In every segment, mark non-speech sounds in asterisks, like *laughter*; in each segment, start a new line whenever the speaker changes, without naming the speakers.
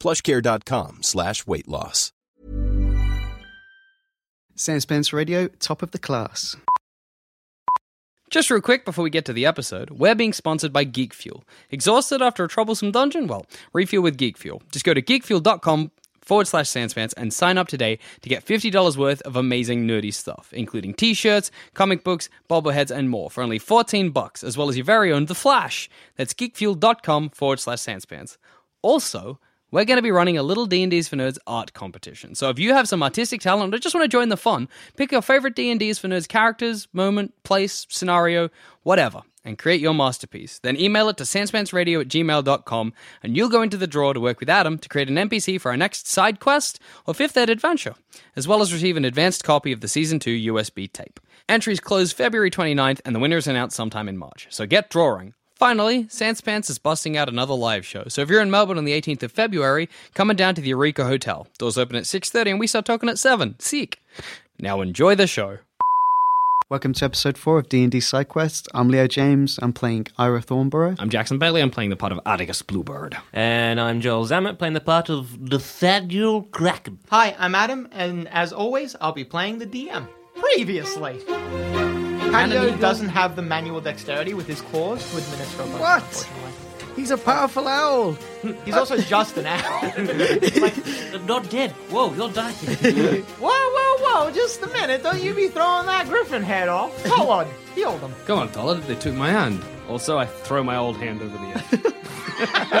plushcare.com slash weight loss.
Sam Spence Radio, top of the class.
Just real quick before we get to the episode, we're being sponsored by Geek Fuel. Exhausted after a troublesome dungeon? Well, refuel with Geek Fuel. Just go to geekfuel.com forward slash sandspants and sign up today to get $50 worth of amazing nerdy stuff, including t-shirts, comic books, bobbleheads, and more for only 14 bucks, as well as your very own The Flash. That's geekfuel.com forward slash sandspants. Also, we're going to be running a little D&Ds for Nerds art competition. So if you have some artistic talent or just want to join the fun, pick your favorite D&Ds for Nerds characters, moment, place, scenario, whatever, and create your masterpiece. Then email it to sanspantsradio at gmail.com and you'll go into the draw to work with Adam to create an NPC for our next side quest or fifth ed adventure, as well as receive an advanced copy of the Season 2 USB tape. Entries close February 29th and the winner is announced sometime in March. So get drawing. Finally, Sanspants is busting out another live show. So if you're in Melbourne on the 18th of February, coming down to the Eureka Hotel. Doors open at 6:30 and we start talking at 7. Sick. Now enjoy the show.
Welcome to episode four of D&D SideQuest. I'm Leo James. I'm playing
*laughs*
Ira Thornborough.
I'm Jackson Bailey. I'm playing the part of Atticus Bluebird.
And I'm Joel Zammett playing the part of Nathaniel Kraken.
Hi, I'm Adam, and as always, I'll be playing the DM. Previously, Hanyo doesn't have the manual dexterity with his claws to administer a weapon.
What?
unfortunately.
He's a powerful owl.
He's also just an owl.
I'm not dead. Whoa, you're *laughs* dying.
*laughs* whoa, whoa, whoa! Just a minute! Don't you be throwing that griffin head off. Hold on, heal them.
Come on, Dollar, they took my hand.
Also, I throw my old hand over the edge.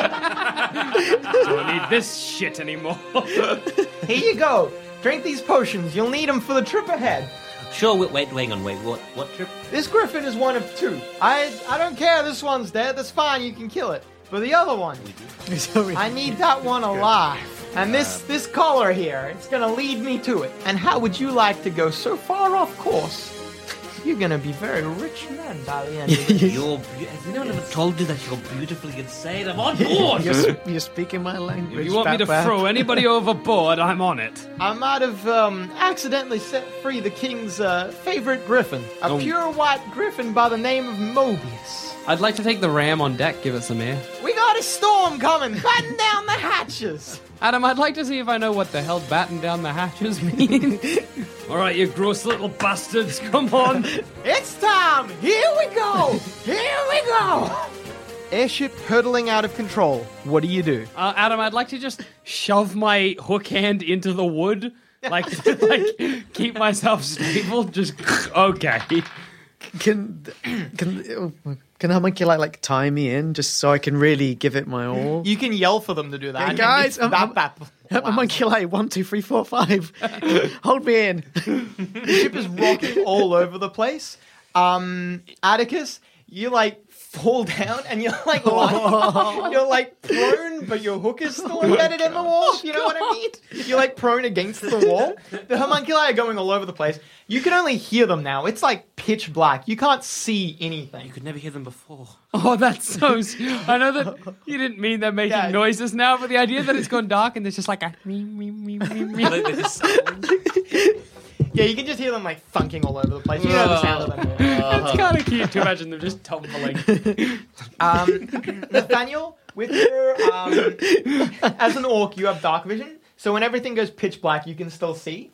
*laughs*
Don't need this shit anymore.
Here you go. Drink these potions. You'll need them for the trip ahead.
sure, wait, wait, hang on, wait. What, what trip?
This griffin is one of two. I I don't care. This one's dead. That's fine. You can kill it. But the other one, I need that one alive. And this this collar here, it's gonna lead me to it. And how would you like to go so far off course? You're gonna be very rich men by the
*laughs*
end. of it.
You're. be- Has anyone ever told you that you're beautifully insane? I'm *laughs* on board!
You're, s- you're speaking my language.
If you want me to
Batman.
throw anybody overboard, I'm on it.
I might have um, accidentally set free the king's uh, favorite griffin, a pure white griffin by the name of Mobius.
I'd like to take the ram on deck, give it some air.
We got a storm coming. Batten down the hatches.
Adam, I'd like to see if I know what the hell batten down the
*laughs*
hatches mean.
All right, you gross little bastards, come on.
It's time! Here we *laughs* go! Here we go! Airship hurtling out of control. What do you do?
*laughs* Uh, Adam, I'd like to just shove my hook hand into the wood, like, *laughs* like keep myself stable. Just *laughs* okay.
Can can oh, can homunculi like tie me in just so I can really give it my all?
You can yell for them to do that.
Hey, guys,
It's
I'm-
bap, bap.
Homunculi one two three
*laughs*
four five. Hold me in.
The ship is rocking all over the place. Um, Atticus, you like fall down and you're *laughs* like lying- you're like prone, but your hook is still embedded in the wall. You know *laughs* what I mean? You're like prone against the wall. The homunculi are going all over the place. You can only hear them now. It's like pitch black. You can't see anything.
You could never hear them before.
Oh, that's so. s- I know that you didn't mean they're making
Yeah.
noises now, but the idea that it's gone dark and there's just like a *laughs* me me me me me.
Like, there's a sound.
Yeah, you can just hear them like thunking all over the place. You know the sound of them.
It's kind of cute to imagine them just tumbling.
Um, Nathaniel, with your um, as an orc, you have dark vision, so when everything goes pitch black, you can still see.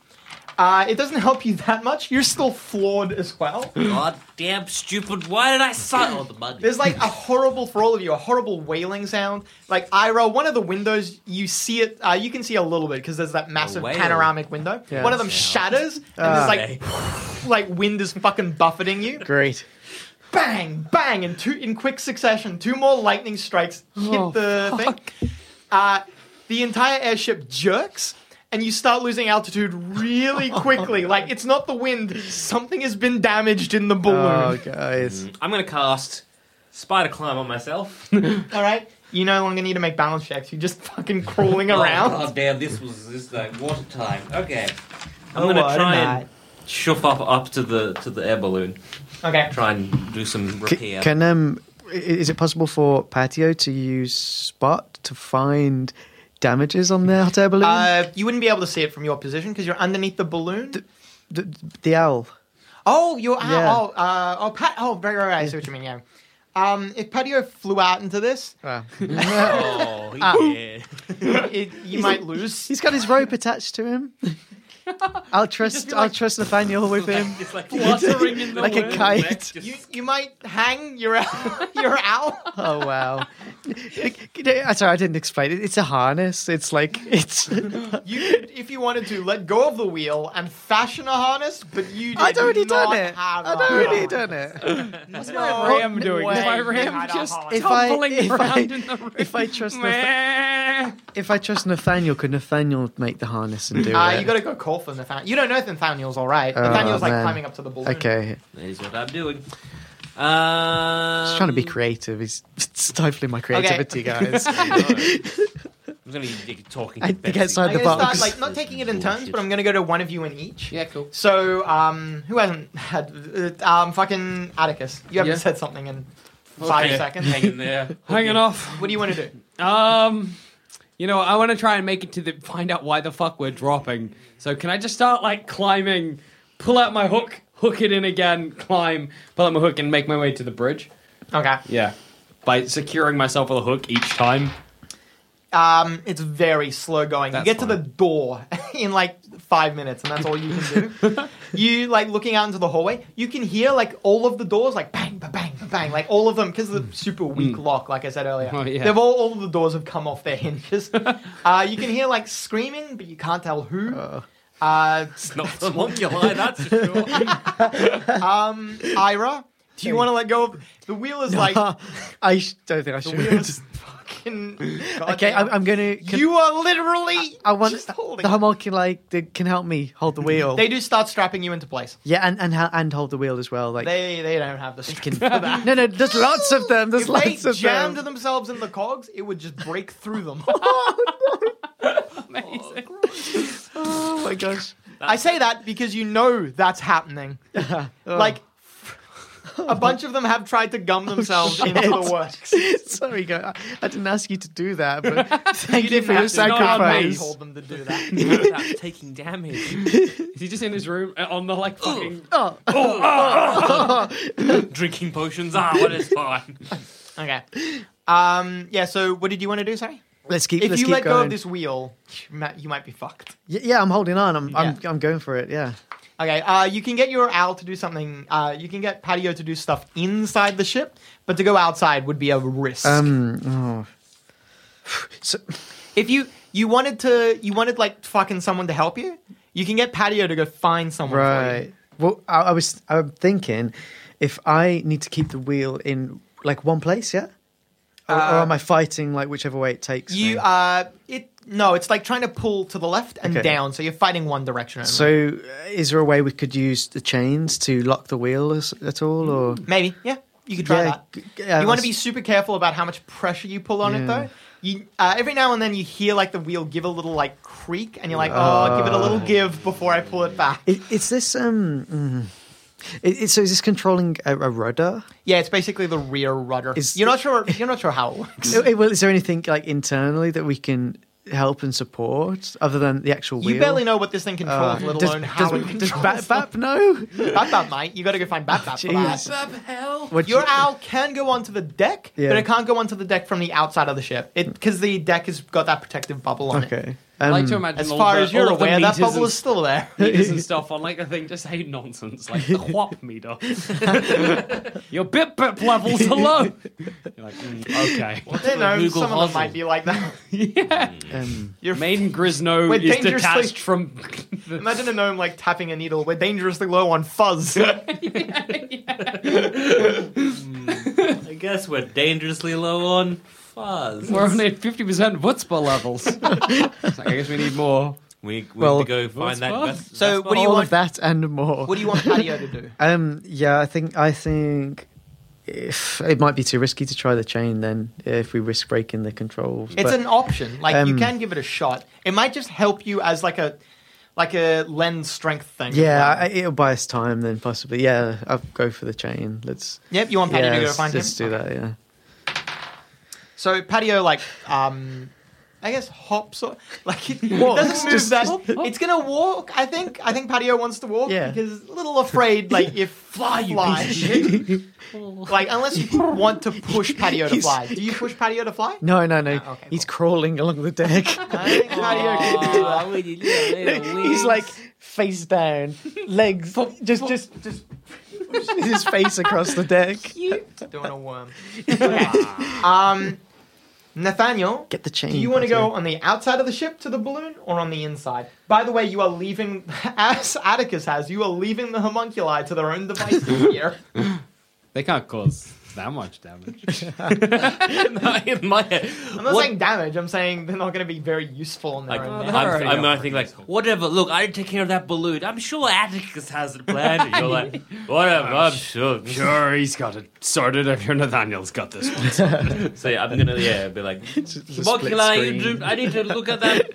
Uh, it doesn't help you that much. You're still flawed as well.
God damn stupid. Why did I sign on the money?
There's like a horrible, for all of you, a horrible wailing sound. Like Ira, one of the windows, you see it, uh, you can see a little bit because there's that massive
wail.
panoramic window. one of them shatters, and there's like, *laughs* like wind is fucking buffeting you.
Great.
Bang, bang, and two in quick succession, two more lightning strikes hit
Oh,
the thing. Uh, the entire airship jerks. And you start losing altitude
*laughs*
really quickly. Like it's not the wind; something has been damaged in the balloon.
Oh, guys.
Mm,
I'm gonna cast Spider Climb on myself. *laughs*
All right. You no longer need to make balance checks. You're just fucking
*laughs*
crawling
Oh,
around.
God damn, this was this is like water time. Okay. I'm
Oh,
gonna
water
try and
night.
shove up up to the to the air balloon.
Okay.
Try and do some
C-
repair.
can um, i- is it possible for Patio to use Spot to find damages
*laughs*
on the hot air balloon?
Uh, you wouldn't be able to see it from your position because you're underneath the balloon.
the, the owl.
oh, you're out.
Yeah.
Oh, uh, oh, Pat. Oh, right, right, right. I see what you mean. Yeah. Um, if Patio flew out into *laughs* this,
Ah.
oh, yeah.
it, you might lose.
He's got his rope attached to
*laughs*
him. I'll trust. I'll trust Nathaniel with him,
It's like
Fluttering in the
like a
wind.
kite.
You, you might hang. *laughs* You're out. You're out.
Oh wow! I'm Sorry, I didn't explain it. It's a harness. It's like
*laughs*
it's.
You could, if you wanted to, let go of the wheel and fashion a harness, but you did
I'd already
not
done it.
have
I'd
a
already
harness.
done it.
No
ram doing? Is
way
my
you
ram
had a
just-
harness.
If I,
Tumbling
if I,
around in the room.
if I trust, Nath-
Meh.
if I trust Nathaniel, could Nathaniel make the harness and do
Uh,
it? Oh,
you gotta go call for Nathaniel. You don't know if Nathaniel's alright. Nathaniel's like
man.
climbing up to the balloon.
Okay,
That is what I'm doing. Um,
he's trying to
*laughs*
be creative. He's *laughs* stifling my creativity, guys.
I'm going to be talking.
I
to
think
Betsy.
outside
I'm
the
gonna
box.
start like not taking it in turns, but I'm gonna go to one of you in each.
Yeah, cool.
So, um, who hasn't had uh, um fucking Atticus? You haven't
Yeah.
said something in five seconds.
hanging
*laughs*
there.
Hanging off.
What do you want to do?
Um, you know, I want to try and make it to the find out why the fuck we're dropping. So can I just start like climbing, pull out my hook, hook it in again, climb, pull out my hook, and make my way to the bridge?
Okay.
Yeah, by securing myself with a hook each time.
Um, it's very slow going.
That's
you get to the
fine.
door *laughs* in like five minutes, and that's all you can
*laughs*
do. you like looking out into the hallway. You can hear like all of the doors, like bang, ba bang, ba bang, like all of them because of the super weak lock. Like I said earlier,
Mm. Oh, yeah.
they've all all of the doors have come off
*laughs*
their hinges. uh, you can hear like screaming, but you can't tell who. Uh,
It's not the monkey line, that's for
*laughs*
sure.
Ira, do you want to let go of the wheel? Is *laughs*
*laughs*
like
I sh- don't think I should.
wheel is fucking.
*laughs* okay, I'm, I'm gonna. Can,
you are literally.
I want
just holding.
the homunculi that can help me hold the wheel.
they do start strapping you into place.
yeah, and and ha- and hold the wheel as well. Like
They they don't have the strength. for that.
no, no, *laughs* there's lots of them. There's
If they
lots of
jammed
them.
themselves in the cogs, it would just break through
*laughs*
them.
Amazing.
Oh my gosh!
I say that because you know that's happening.
Oh.
like, a bunch of them have tried to gum
Oh,
themselves into the works.
*laughs* Sorry, guy. I, I didn't ask you to do
*laughs*
that, but thank you,
didn't
for your
have to. No,
I
I
sacrifice.
told them to do that.
*laughs*
Without taking damage.
Is he just in his room uh, on the like fucking?
Oh, ah, Drinking potions, ah, what is fine.
Okay. Um, yeah, so what did you want to do, sorry?
Let's keep.
If
let's
you
keep
let
going.
go of this wheel, you might, you might be fucked.
Y- yeah, I'm holding on. I'm, I'm
Yeah.
I'm going for it. Yeah.
Okay, uh, you can get your owl to do something. Uh, you can get Patio to do stuff inside the ship, but to go outside would be a risk.
Um. Oh. So,
If you you wanted to, you wanted like fucking someone to help you. You can get Patio to go find someone. For
right.
you.
Well, I, I was I'm thinking, if I need to keep the wheel in like one place, yeah. Or, or am I fighting like whichever way it takes? me?
Uh, You uh, it no, it's like trying to pull to the left and
Okay.
down, so you're fighting one direction. Only.
So, uh, is there a way we could use the chains to lock the wheel as, at all, or
maybe yeah, you could try
Yeah,
that.
g- yeah,
you want to
that's-
be super careful about how much pressure you pull on it
Yeah.
though. You, uh, every now and then you hear like the wheel give a little like creak, and you're like, oh, give it a little give before I pull it back.
I- is this um? mm. I- I- so is this controlling a, a rudder?
yeah, it's basically the rear rudder.
Is-
you're not sure. You're not sure how it works.
I- I- Uh, well, is there anything like internally that we can help and support other than the actual wheel? Uh,
You barely know what this thing controls, let
does,
alone how
does,
it controls.
does Bap Bap
*laughs*
know?
Bap Bap, mate. You got to go find Bap Bap for
Jeez.
that.
What
Your
you-
owl can go onto the deck,
Yeah.
but it can't go onto the deck from the outside of the ship because the deck has got that protective bubble on it.
Okay.
I like to
Um,
imagine
As
all
far
the-
as you're
all of the
aware, that
meters and
bubble is still there.
meters and stuff on like the thing just say nonsense like the whop meter *laughs* your bit bip levels are low you're like mm, okay
I don't know.
Google
Some of
Hustle.
them might be like *laughs* that.
Um,
You're
maiden
*laughs*
grisno
We're
is
dangerously-
detached
*laughs*
from the
Imagine a gnome like tapping a needle. We're dangerously low on *laughs* fuzz.
I guess we're dangerously low on fuzz.
*laughs* we're only at 50% Wutzpah
*laughs*
levels It's like, I guess we need more
We, we
Well,
have to go find that.
fuzz?
best-
So
best
what do
one.
you
all
want-
of that and more.
what do you want patio to do?
Um, yeah, I think I think if it might be too risky to try the chain, then if we risk breaking the controls,
*laughs* It's
but-
an option. Like you
Um,
can give it a shot. It might just help you as like a like a lens strength thing.
yeah, I, it'll buy us time then possibly. Yeah, I'll go for the chain. Let's
Yep, you want Patty
yeah,
to go
let's,
find
let's
him?
do that. Yeah,
So patio like um I guess hops or like *laughs* it doesn't move that.
*laughs*
It's gonna walk. I think. I think patio wants to walk
Yeah.
because it's a little afraid.
*laughs*
Like if fly, you fly. like unless you want to push patio to fly. Do you push patio to fly?
no, no, no.
Ah, okay,
He's crawling along the deck.
*laughs* I think patio can do that.
Aw, we need a little
*laughs* He's
wings.
like face down, legs just just just *laughs* his face across the deck.
*laughs* doing a worm. *laughs* Okay. um, Nathaniel,
Get the chain.
do you want to
Patio.
go on the outside of the ship to the balloon or on the inside? By the way, you are leaving, *laughs* as Atticus has, you are leaving the homunculi to their own devices here.
they can't cause that much damage
*laughs* in my head.
I'm not
what-
saying damage. I'm saying they're not going to be very useful on their
Like,
*laughs* own.
I'm,
device.
I'm, not thinking like, whatever. Look, I didn't take care of that balloon. I'm sure Atticus has it planned. And you're like, *laughs* whatever. I'm sure.
sure he's got it sorted if your Nathaniel's got this one
So yeah, I'm gonna yeah be
*laughs*
like, Mokula, you do, I need to look at that.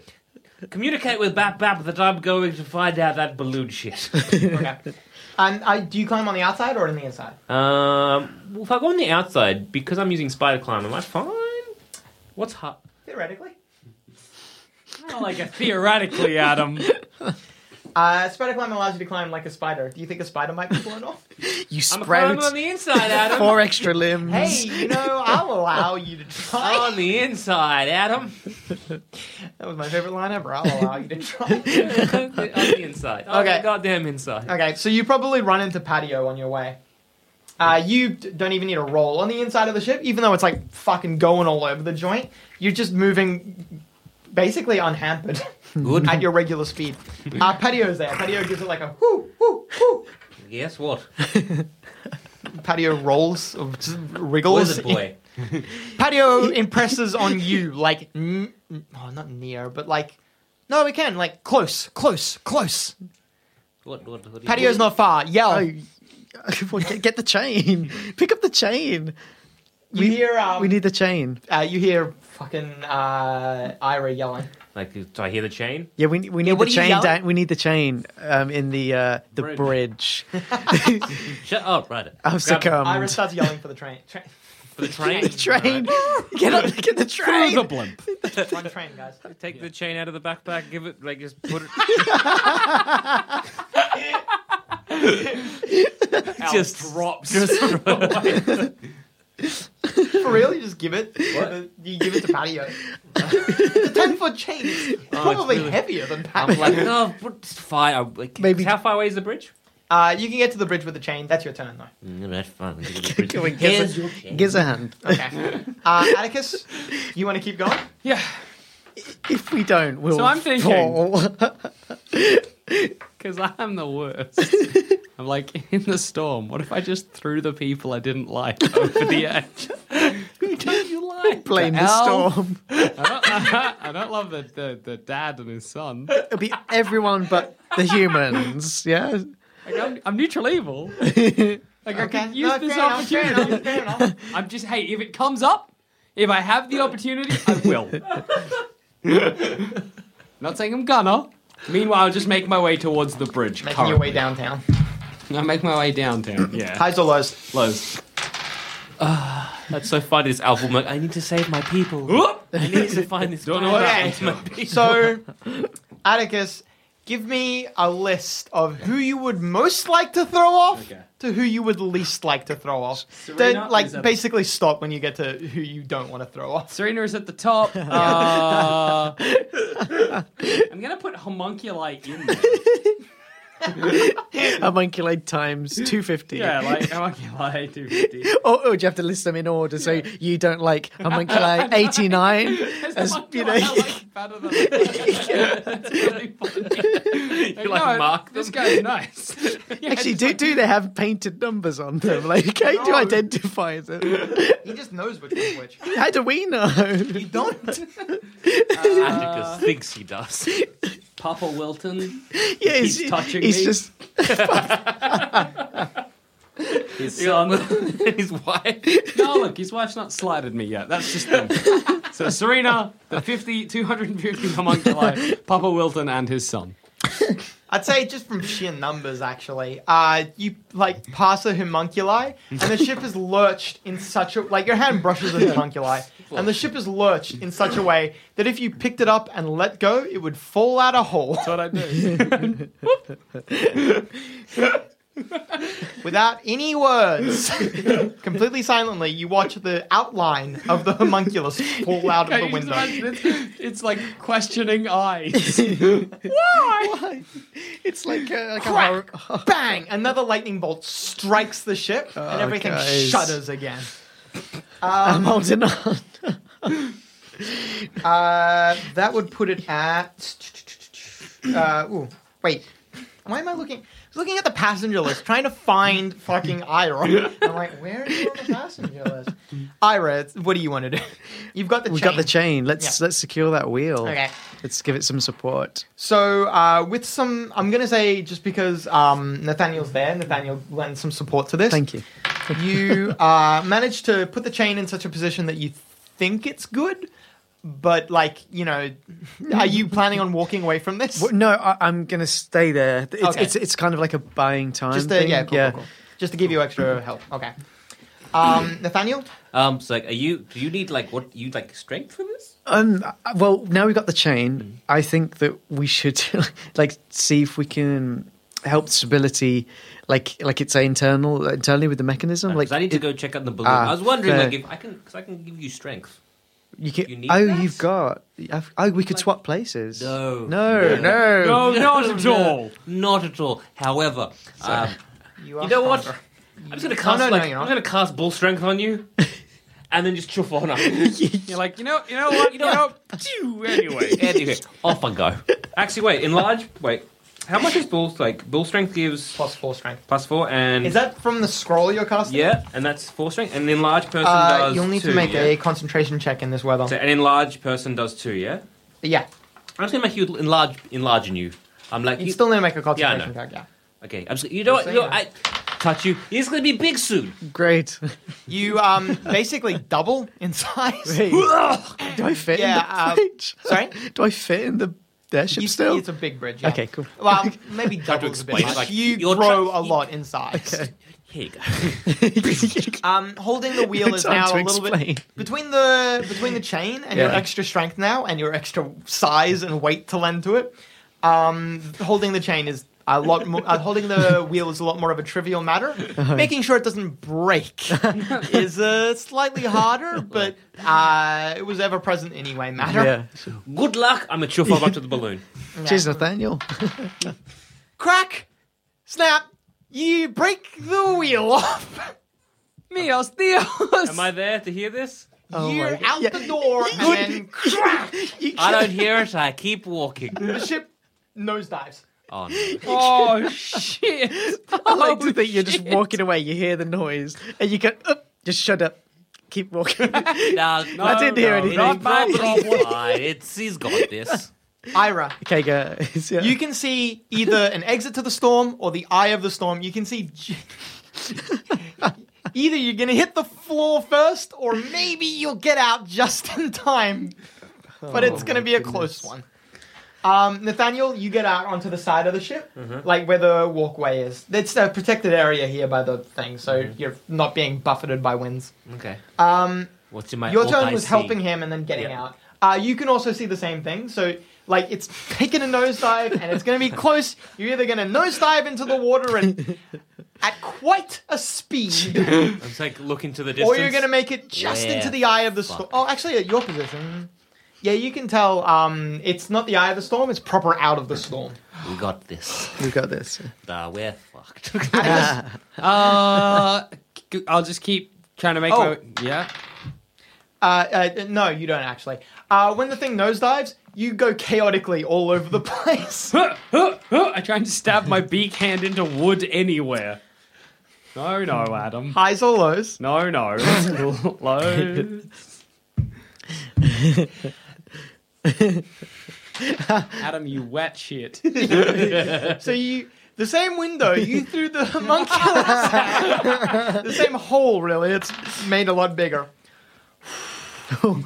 Communicate with Bap Bap that I'm going to find out that balloon
*laughs*
shit.
Okay. And I, do you climb on the outside or on the inside?
Um, well, if I go on the outside because I'm using spider climb, am I fine? What's hot?
Theoretically.
like a theoretically Adam
Uh, spider climb allows you to climb like a spider. Do you think a spider might be blown off?
You
*laughs* I'm a climber on
sprout
the inside, Adam. *laughs*
four extra
*laughs*
limbs.
hey, you know, I'll allow you to try.
on the inside, *laughs* Adam.
*laughs* That was my favorite line ever. I'll allow you to try. *laughs*
on the inside. On
Okay.
the goddamn inside.
Okay, so you probably run into patio on your way. Uh, you d- don't even need a roll on the inside of the ship, even though it's like fucking going all over the joint. You're just moving basically unhampered *laughs*
Good.
at your regular speed.
*laughs*
Uh, patio's there. Patio gives it like a whoo, whoo, whoo.
Guess what?
Patio rolls, or just wriggles.
Wizard boy.
*laughs* Patio impresses on you like, n- n- oh, not near, but like, no, we can, like close, close, close.
What? What? what
Patio's not far. Yell.
Oh, *laughs* well, get, get the chain. Pick up the chain.
you hear? Um,
We need the chain.
Uh, you hear fucking uh, Ira yelling.
*laughs*
Like, do I hear the chain?
Yeah, we, we need
what
the
are you
chain.
yelling?
Down, we need the chain um, in the uh, the bridge.
Shut up, right.
I've
Grab
Ira
succumbed.
starts yelling for the train. Train, *laughs*
for the train.
*laughs* Train. Get up. Get the train.
the blimp
one train,
*laughs*
guys.
Take the chain out of the backpack. Give it like just put it. just drops.
*laughs* For real, you just give it. You give it to Patio.
*laughs*
it's a ten foot chain. It's probably
Oh, really-
heavier than
I'm
Patio.
like, oh, what- it's fine. I'm like,
Maybe-
how far away is the bridge?
uh, you can get to the bridge with the chain. That's your turn, though.
Mm, that's fine. Here's
Go and get
your
a,
chain.
give us a hand. *laughs*
Okay. Uh, Atticus, you want to keep going?
yeah
If we don't, we'll
So I'm thinking-
fall.
Because I'm the worst. I'm like, in the storm, what if I just threw the people I didn't like *laughs* over the edge? Who don't you like?
Blame the
elf.
storm.
I don't, I don't love the, the, the dad and his son. Like,
It'll be everyone but the humans. Yeah.
I'm, I'm neutral
*laughs*
evil. Like, I could use
No,
this
fair enough, fair
opportunity.
enough, fair enough.
I'm just, hey, if it comes up, if I have the opportunity, I will. Not saying I'm gonna. Meanwhile, I'll just make my way towards the bridge.
Making your way downtown.
I make my way downtown. Yeah.
Highs or lows?
Close.
Ah, That's so funny. This album. Like, I need to save my people. I need to find this. Don't
know what
Okay. So, Atticus, Give me a list of who you would most like to throw off
Okay.
to who you would least like to throw off.
Serena
Don't, like
is a-
basically stop when you get to who you don't want to throw off.
Serena is at the *laughs* top. *laughs* Uh, I'm gonna put homunculi in there.
Homunculate times 250.
Yeah, like *laughs* homunculi 250.
Or, or do you have to list them in order so you don't like
*laughs*
homunculate 89? as, you know,
better than That's really *laughs* funny.
You, like, mark
This guy's nice. *laughs* Yeah,
*laughs* actually,
just
do,
like-
do they have painted numbers on them? Like, how do you
No.
identify them?
He just knows which one's which.
How do we know?
You
*laughs*
don't.
Atticus thinks he does.
Papa Wilton.
Yeah,
He's
he's-
touching
he's
me.
just
His
Elon
son.
*laughs* and his wife.
no, look, his wife's not slighted me yet. That's
*laughs*
just them. so Serena, the 50, 250 homunculi, *laughs* Papa Wilton, and his son.
I'd say just from sheer numbers, actually. Uh, you like pass a homunculi, and the ship is lurched in such a like your hand brushes the homunculi, and the ship is lurched in such a way that if you picked it up and let go, it would fall out a hole
That's what I do.
without any words. *laughs* Completely silently, you watch the outline of the homunculus fall out of the window.
It's, it's like questioning
*laughs*
eyes.
Why?
it's like a, like a horror.
Crack! Bang! Another lightning bolt strikes the ship, and everything
guys.
shudders again.
I'm holding on.
Uh, that would put it at. Uh, ooh, wait. Why am I looking? I was looking at the passenger list, trying to find fucking Ira. I'm like, where is it on the passenger list? Ira, it's- what do you want to do? You've got the
We've
chain.
got the chain. Let's
Yeah.
let's secure that wheel.
Okay.
Let's give it some support.
So, uh, with some, I'm gonna say just because um, Nathaniel's there, Nathaniel lends some support to this.
Thank you.
you uh, manage to put the chain in such a position that you think it's good, but like, you know, are you planning on walking away from this?
Well, no, I, I'm gonna stay there. It's,
Okay.
it's it's kind of like a buying time
just to,
thing.
yeah, cool, Cool, cool. just to give you extra help. Okay. Um, Nathaniel,
Um, so like, are you? Do you need like what? You like strength for this?
Um. uh, Well, now we've got the
Mm-hmm.
chain. I think that we should *laughs* like see if we can help stability, like like it's a internal internally with the mechanism. like
Because I need to go check out the balloon.
Ah,
I was wondering
fair.
like if I can, because I can give you strength.
you can.
you need
oh,
that?
you've got. I've, oh, we could swap places.
No.
No. No.
No, not at all.
Not at all. However, um,
are
you know what?
stronger. Oh,
I'm just gonna cast
no, no,
like
you're
I'm
not.
gonna cast bull strength on
*laughs*
you, and then just chuff on up.
You're like, you know, you know what? You know, *laughs*
*laughs*
phew, anyway.
anyway, off I go. Actually, wait. Enlarge. Wait. How much is bull like bull strength gives
plus four strength.
plus four and
Is that from the scroll you're casting?
yeah, and that's four strength. And an enlarged person
Uh,
does.
you'll need
two,
to make
yeah?
a concentration check in this weather.
So an enlarged person does two. Yeah.
yeah,
I'm just gonna make you enlarge enlarging you. I'm like
you
you-
still need to make a
Yeah, I
concentration
know.
check. Yeah.
Okay, I'm just, you know what? You know, I touch you. He's gonna be big soon.
Great. *laughs*
You um basically double in size. *laughs*
Hey, do I fit
Yeah, um,
in the bridge?
Sorry.
*laughs* Do I fit in the airship
You
still?
it's a big bridge. Yeah.
Okay, cool.
*laughs* Well, maybe double is a bit
explain it,
much.
like,
you
you're
grow
tra-
a lot
*laughs*
in size.
Here you go. *laughs*
Um, holding the
*laughs*
wheel is
Time
now
to
a little
explain.
bit between the between the chain and your
Yeah.
extra strength now and your extra size and weight to lend to it. Um, holding the chain is a lot more. Uh, holding
*laughs*
the wheel is a lot more of a trivial matter.
Uh-huh.
Making sure it doesn't
*laughs*
break is uh, slightly harder, but uh, it was ever present anyway. Matter.
*laughs* yeah.
Good luck. I'm gonna chuff off up to the balloon.
Cheers, Nathaniel. *laughs*
Crack, snap. You break the wheel off. *laughs*
Mios, Dios.
Am I there to hear this?
You're
my-
out the *laughs* door and then crack.
I don't hear it. I keep walking.
The ship nosedives.
Oh no.
Oh shit!
*laughs*
*laughs*
I like to think you're just walking away. You hear the noise, and you go, up, just shut up, keep walking.
No,
*laughs* I didn't hear
no,
anything.
not my
*laughs*
It's
problem.
fine. It's he's got this.
Ira,
Okay, guys. *laughs* Yeah.
you can see either an exit to the storm or the eye of the storm. You can see *laughs* j- either you're going to hit the floor first or maybe you'll get out just in time. But it's going to be a close one. Um, Nathaniel, you get out onto the side of the ship, like where the walkway is. It's a protected area here by the thing, so you're not being buffeted by winds.
Okay.
Um,
What's in my
Your
what
turn
I
was
see?
helping him and then getting
Yeah.
out. Uh, you can also see the same thing. So Like it's *laughs* taking a nosedive and
*laughs*
it's going to be close. You're either going to nosedive into the water and at quite a speed,
It's like look into the distance.
or you're going to make it just
Yeah.
into the eye of the storm. Oh, actually, at your position, yeah, you can tell. Um, it's not the eye of the storm; it's proper out of the storm.
We got this.
We've got this.
Nah, we're fucked.
Uh, c- I'll just keep trying to make
Oh.
my. Yeah. *laughs*
Uh, uh, no, you don't actually. Uh, when the thing nosedives, you go chaotically all over the *laughs* place.
I try and stab my beak hand into wood anywhere. No, no, Adam.
Highs or lows.
No, no. It's cool. Low. Adam, you wet shit.
So you, the same window, *laughs* you threw the homunculus out. the same hole, really. It's made a lot bigger.
No,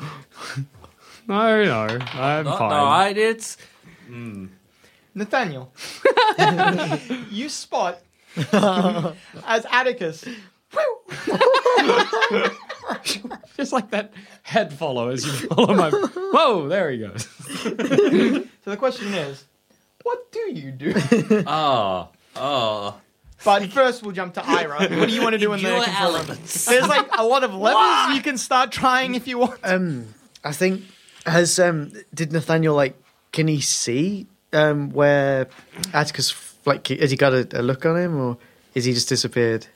no. I'm
Not
fine.
died. It's
*laughs* Nathaniel, you spot as Atticus.
Just like that head follow as you follow my. Whoa, there he goes.
So the question is, what do you
*laughs*
do?
Ah,
oh oh.
But first, we'll jump to Ira. What do you want to do in
Your
the control room?
elements.
There's like a lot of levers you can start trying if you want.
I think has um did Nathaniel like can he see um where Atticus like has he got a, a look on him or is he just disappeared?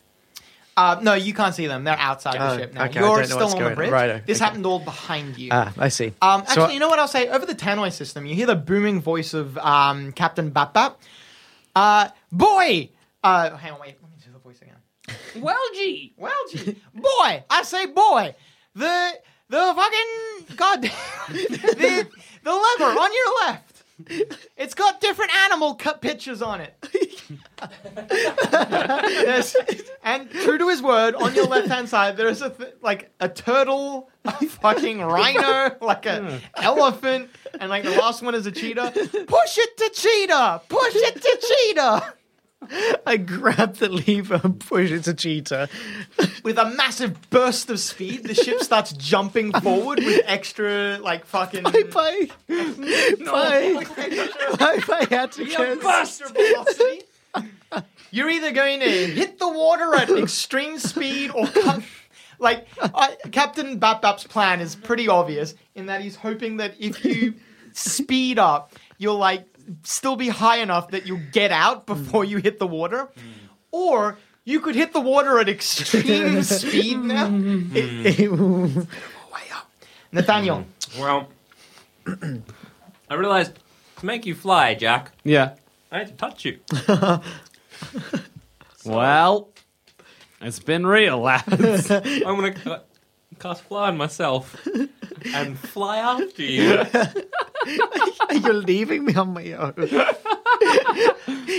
Uh, no, you can't see them. They're outside the
Oh,
ship now.
okay, I
You're
don't know
still
what's
on the
going on.
bridge.
Righto,
this
okay.
happened all behind you.
Ah, I see.
um,
So
actually, you know what I'll say? Over the tannoy system, you hear the booming voice of um, Captain Bap Bap. Uh, boy! Uh, hang on, wait. Let me do the voice again.
Well, gee.
Well, gee, boy, I say boy. The the fucking goddamn *laughs* the the lever on your left. It's got different animal cut pictures on it. There's- and true to his word, on your left hand side there is a th- like a turtle, a fucking rhino, like a elephant, and like the last one is a cheetah. Push it to cheetah. Push it to cheetah.
I grab the lever and push it to cheetah.
with a massive burst of speed, the ship starts jumping forward with extra, like, fucking.
Bye. Bye. Bye bye *laughs* Atticus.
Extra velocity. You're either going to hit the water at extreme speed or cut. Like, I Captain Bap Bap's plan is pretty obvious in that he's hoping that if you speed up, you'll, like, still be high enough that you'll get out before you hit the water. Or. You could hit the water at extreme speed now. Nathaniel,
Well, *clears throat* I realized to make you fly, Jack.
Yeah.
I had to touch
*laughs*
you.
*laughs* Well, it's been real, lads.
*laughs*
I'm gonna ca- cast fly on myself and fly after you.
You're leaving me on my own.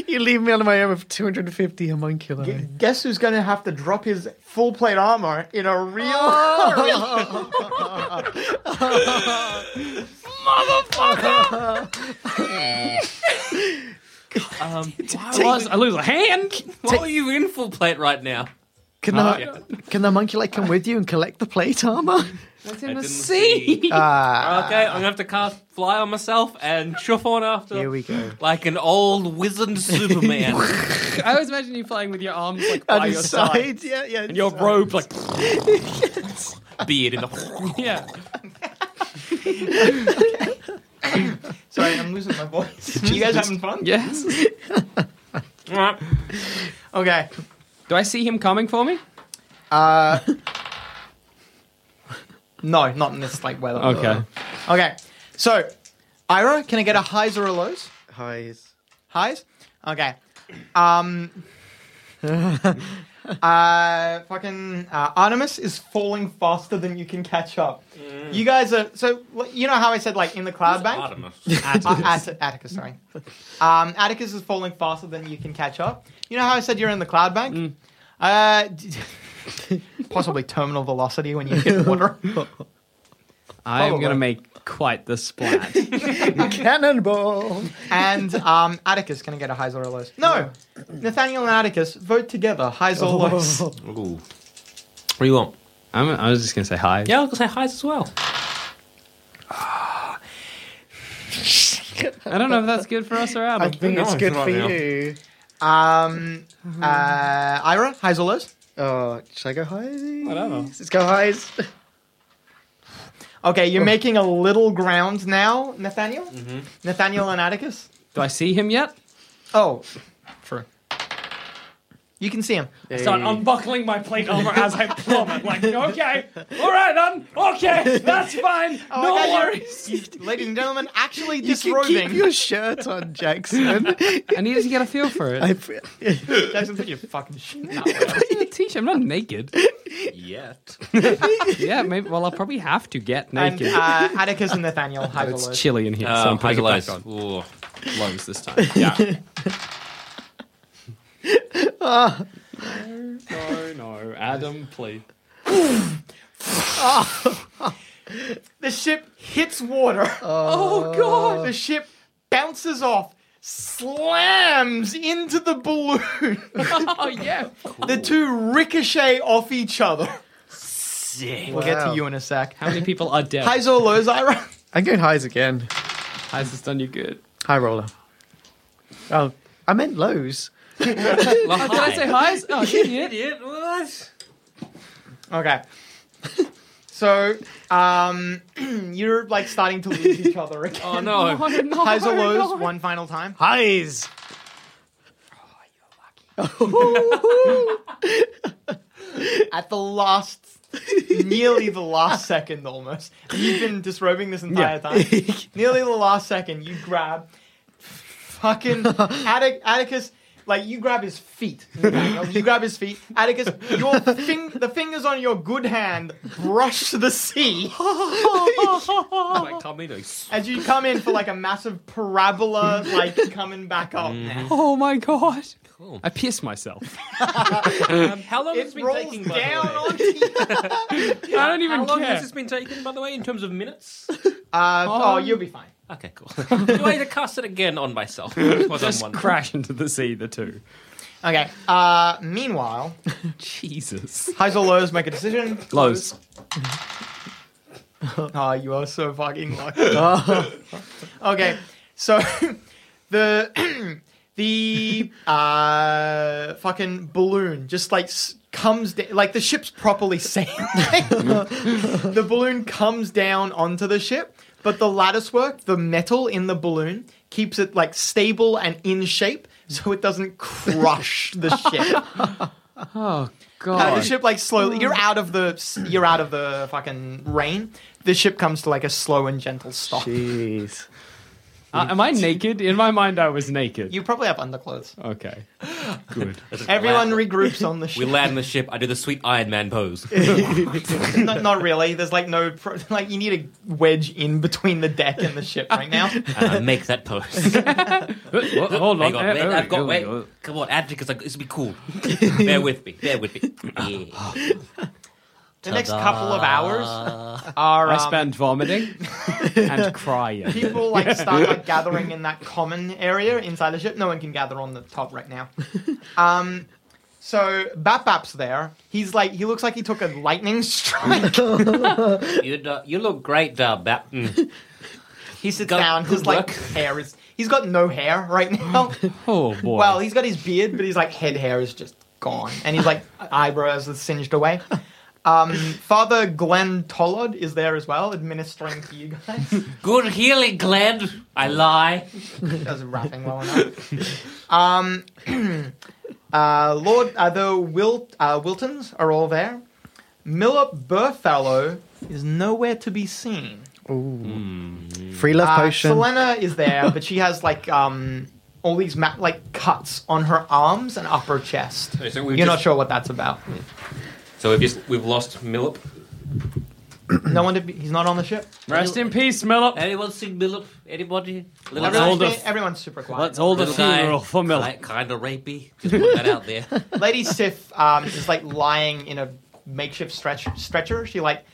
you leave me on my own with 250 homunculi.
Guess who's going to have to drop his full plate armor in a real
Um, why
I, lost, I lose
*laughs*
a hand.
why are you in full plate right now?
Can the, can the homunculi come with you and collect the plate armor?
I didn't see. okay, I'm gonna have to cast fly on myself and chuff on after.
Here we go.
Like an old wizened Superman.
I always imagine you flying with your arms like by your side.
yeah, yeah.
And your robe like
Beard in the.
*laughs*
yeah.
Sorry, I'm losing my voice. you guys having fun?
Yes.
*laughs* Okay. uh,
Do I see him coming for me?
*laughs* No, not in this like weather.
Uh,
Okay.
Okay. So, Ira, can I get a highs or a lows?
Highs.
Highs. Okay. Um. *laughs* uh, fucking uh, Artemis is falling faster than you can catch up. You guys are so you know how I said like in the cloud bank. Uh, At- Atticus, sorry. Um, Atticus is falling faster than you can catch up. You know how I said you're in the cloud bank? Uh, *laughs* d- possibly terminal velocity when you hit water.
I am
Probably.
gonna make quite the splat.
*laughs* Cannonball.
And um, Atticus going to get a highs or a lows. No! Nathaniel and Atticus vote together, highs
Oh,
Oh.
or
*laughs*
lows.
Ooh. What do you want?
I'm, I was just gonna say hi.
Yeah, I'll say highs as well.
I don't know if that's good for us or out.
I
but-
think it's
it's
good
not
for
now.
you.
Um, uh, Ira, highs or lows?
Oh, should I go highs?
Whatever.
Let's go highs.
Okay, you're making a little ground now, Nathaniel. Nathaniel and Atticus.
Do I see him yet?
Oh,
True.
you can see him.
I start unbuckling my plate armor as I plummet. Like, okay, all right, then, okay, that's fine. no
my God, you're-
worries.
Ladies and gentlemen, actually
*laughs* You can keep
disrobing.
your shirt on, Jackson. *laughs*
I needed to get a feel for it.
I,
I
pre-
Jackson, put your fucking shit out.
teach. I'm not naked.
Yet.
Yeah, maybe. Well, I'll probably have to get
And
naked.
uh, Atticus and Nathaniel, highs or
it's
lows?
chilly in here, so I'm
Um,
putting it
lows.
back on.
Ooh, lows this time. Yeah.
No, no, Adam, please.
The ship hits water.
Oh God!
The ship bounces off, slams into the balloon.
Oh yeah.
The two ricochet off each other.
Sick.
We'll get
Wow.
to you in a sec.
How many people are dead?
Highs or lows, Ira?
I'm going highs again.
Has this done you good?
High roller. Oh, I meant lows.
Did I say highs? *laughs* Oh, you idiot.
Idiot, what?
Okay. *laughs* So, um, *clears throat* you're like starting to lose each other again.
Oh no.
*laughs* Oh, no,
Highs or
no.
lows, one final time.
Highs.
At the last, nearly the last second almost. You've been disrobing this entire time. nearly the last second, you grab fucking Attic- Atticus. Like you grab his feet, you grab his feet. Atticus, your fing- the fingers on your good hand brush the sea
Like Tom Needles.
as you come in for like a massive parabola, like coming back up.
Oh my God! I pissed myself.
Um, how long has
It
this been
rolls
taking, by
down
the way?
onto you.
I don't
How
even
long
care.
has this been taking, by the way, in terms of minutes?
Uh, oh, you'll be fine.
*laughs* Okay, cool. *laughs* Do I to cast it again on myself? Just
*laughs* Just *laughs* crash into the sea, the two.
Okay. Uh, meanwhile,
Jesus.
highs or lows make a decision.
Lows.
*laughs* Oh, you are so fucking *laughs* lucky. okay, so *laughs* the *clears throat* the uh, fucking balloon just like s- comes da- like the ship's properly *laughs* sailing. the balloon comes down onto the ship, but the lattice work, the metal in the balloon, keeps it like stable and in shape, so it doesn't crush the ship.
Oh
Uh,
God.
the ship like slowly. You're out of the. You're out of the fucking rain. The ship comes to like a slow and gentle stop.
Jeez.
Uh, am I naked? In my mind, I was naked.
You probably have underclothes.
Okay. Good.
Everyone regroups on the
We
ship.
land the ship. I do the sweet Iron Man pose.
*laughs*
Uh,
not, not really. There's like no. Pro- *laughs* like you need a wedge in between the deck and the ship right now.
and I make that
*laughs*
pose.
Well, hold on.
Hang on,
Eh,
wait,
oh,
I've
oh,
got wait.
oh.
Come on, Atticus, like, this will be cool.
*laughs*
Bear with me. Bear with me. Yeah.
The next couple of hours are.
I
um,
spend *laughs* vomiting and crying.
People
*laughs*
like start like gathering in that common area inside the ship. No one can gather on the top
*laughs*
right now. Um, so Bap Bap's there. He's like he looks like he took a lightning *laughs* strike.
you, do, you look great, da Bap. Mm.
He sits
Got
down.
good
His like
luck.
hair is. He's got no hair
*laughs*
right now.
Oh boy.
well, he's got his beard, but his like head hair is just gone, and
*laughs*
he's like eyebrows are singed away. Um, Father Glenn Tollard is there as well, administering to you guys.
Good healing, Glenn. I lie.
Doesn't rapping well enough. Um, *clears throat* uh, Lord, uh, the Wil- uh, Wiltons are all there. Millop Burfellow is nowhere to be seen.
Free love
Uh,
potion.
Selena is there, but she has like um all these ma- like cuts on her arms and upper chest.
So
You're
we've
not sure what that's about.
So we've just we've lost Millip.
No one. To be- he's not on the ship.
Rest in peace, Millip.
Anyone seen Millip? Anybody? Little
Let's hold
Everyone's,
a
being- everyone's super quiet.
Let's hold a
Little guy,
funeral for Millip.
Like, kind of rapey. Just put that out there.
Lady Sif um, is like lying in a makeshift stretch- stretcher. She like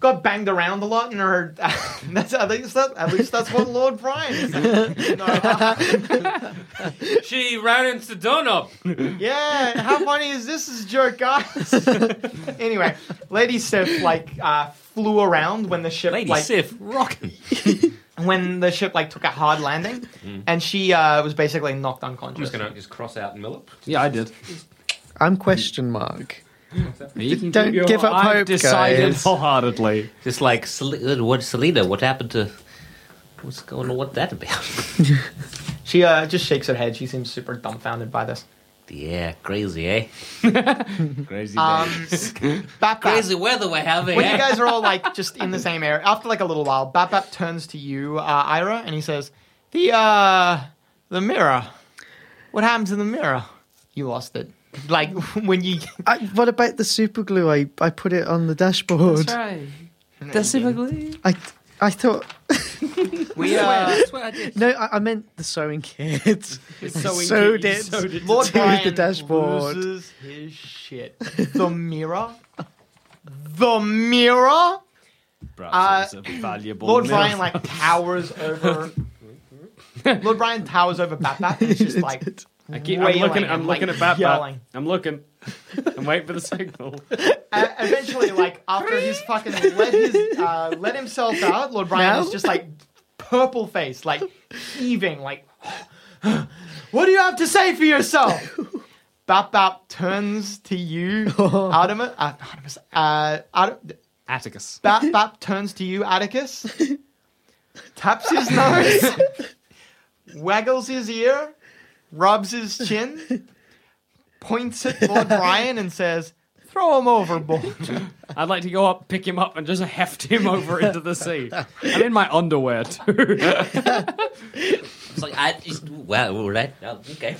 got banged around a lot, and her *laughs* that's at least that, at least that's what Lord Brian. Is
*laughs*
like. No, uh,
*laughs* she ran into Dono.
yeah, how funny is this, this joke, guys? anyway, Lady Sif like uh, flew around when the ship
Lady
like
Sif, rocking.
when the ship like took a hard landing, and she uh, was basically knocked
I'm
unconscious.
just gonna just cross out Millip.
Yeah, I did.
I'm question mark.
You can
Don't
keep your-
give up
I've
hope,
decided
guys.
wholeheartedly.
Just like Sel- uh, what Selena, what happened to? What's going on? What that about? *laughs*
She uh, just shakes her head. She seems super dumbfounded by this.
yeah, crazy, eh?
Crazy.
Um, Bap Bap,
Crazy weather we're having.
When
eh?
you guys are all like just in the same area, after like a little while, Bap Bap turns to you, uh, Ira, and he says, "The uh, the mirror. What happened to the mirror? You lost it. Like *laughs* when you
I, what about the super glue? I, I put it on the dashboard. I I thought
we uh,
no, I, I meant the sewing
*laughs*
*laughs*
kit.
sewing
sewed
kit, you
it
sewed it
Lord
to the
Brian
dashboard.
loses his shit. The mirror. The mirror. Uh,
Perhaps it's a valuable
Lord
mirror.
Brian like towers *laughs* over. Lord Brian towers over Bat Bat. and It's just like
I keep, I'm looking.
wailing
I'm
and,
looking
like,
at Bat Bat.
yelling.
I'm looking. I'm waiting for the signal.
uh, eventually, like after he's fucking let his uh, let himself out, Lord Brian is just like purple faced, like heaving, like what do you have to say for yourself? Bap Bap turns to you, Artemis. Uh, Artemis. Uh, Artem-
Atticus.
Bap Bap turns to you, Atticus, taps his nose, waggles his ear, rubs his chin, points at Lord Brian and says, Throw him overboard.
I'd like to go up, pick him up, and just heft him over into the sea. I'm in my underwear too. *laughs*
It's like I just well, all right, oh, okay.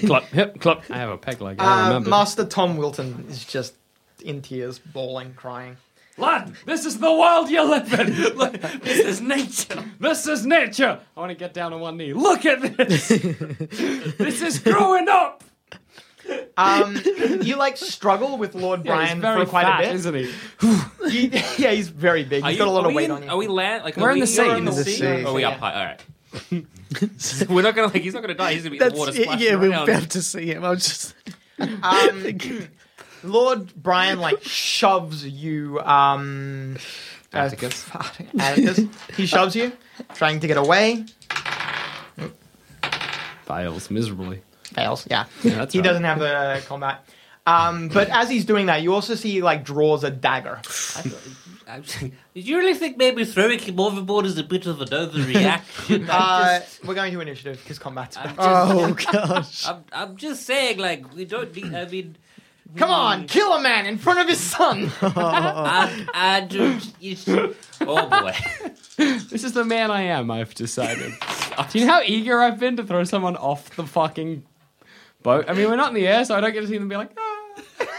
clup, hip, clup. I have a peg leg. I
Uh,
remember.
Master Tom Wilton is just in tears, bawling, crying.
Lad, this is the world you live *laughs* in. Look, this is nature. This is nature. I want to get down on one knee. Look at
*laughs*
this. this is growing up. *laughs*
Um, you like struggle with Lord
Yeah, he's
Brian
very
for quite
fat,
a bit.
isn't he?
You- *laughs* yeah, he's very big. He's got a lot
are
of
we
weight
in-
on you.
Are we land? Like,
We're
are
in
we
the sea.
on
In the sea.
Or are we
Yeah.
up high? All right.
*laughs*
we're not gonna like. He's not gonna die. He's gonna be in
That's
the water
yeah,
splashing
yeah, we'll
around.
be able to see him. I was just
Um, Lord Brian like shoves you. Um, uh,
Atticus.
Atticus. He shoves you, trying to get away.
Fails miserably.
Fails. Yeah.
that's
he
right.
doesn't have the combat. Um, but as he's doing that, you also see he like draws a dagger.
I'm saying, Did you really think maybe throwing him overboard is a bit of an *laughs* overreaction?
Uh,
I'm, just,
we're going to initiative because combat's
Uh,
back.
*laughs* I'm, just,
oh gosh.
I'm, I'm just saying, like, we don't need. I mean,
Come on, kill a man in front of his son.
I, I don't. You, oh *laughs* boy.
This is the man I am, I've decided.
*laughs*
Do you know how eager I've been to throw someone off the fucking boat? I mean, we're not in the air, so I don't get to see them be like, ah.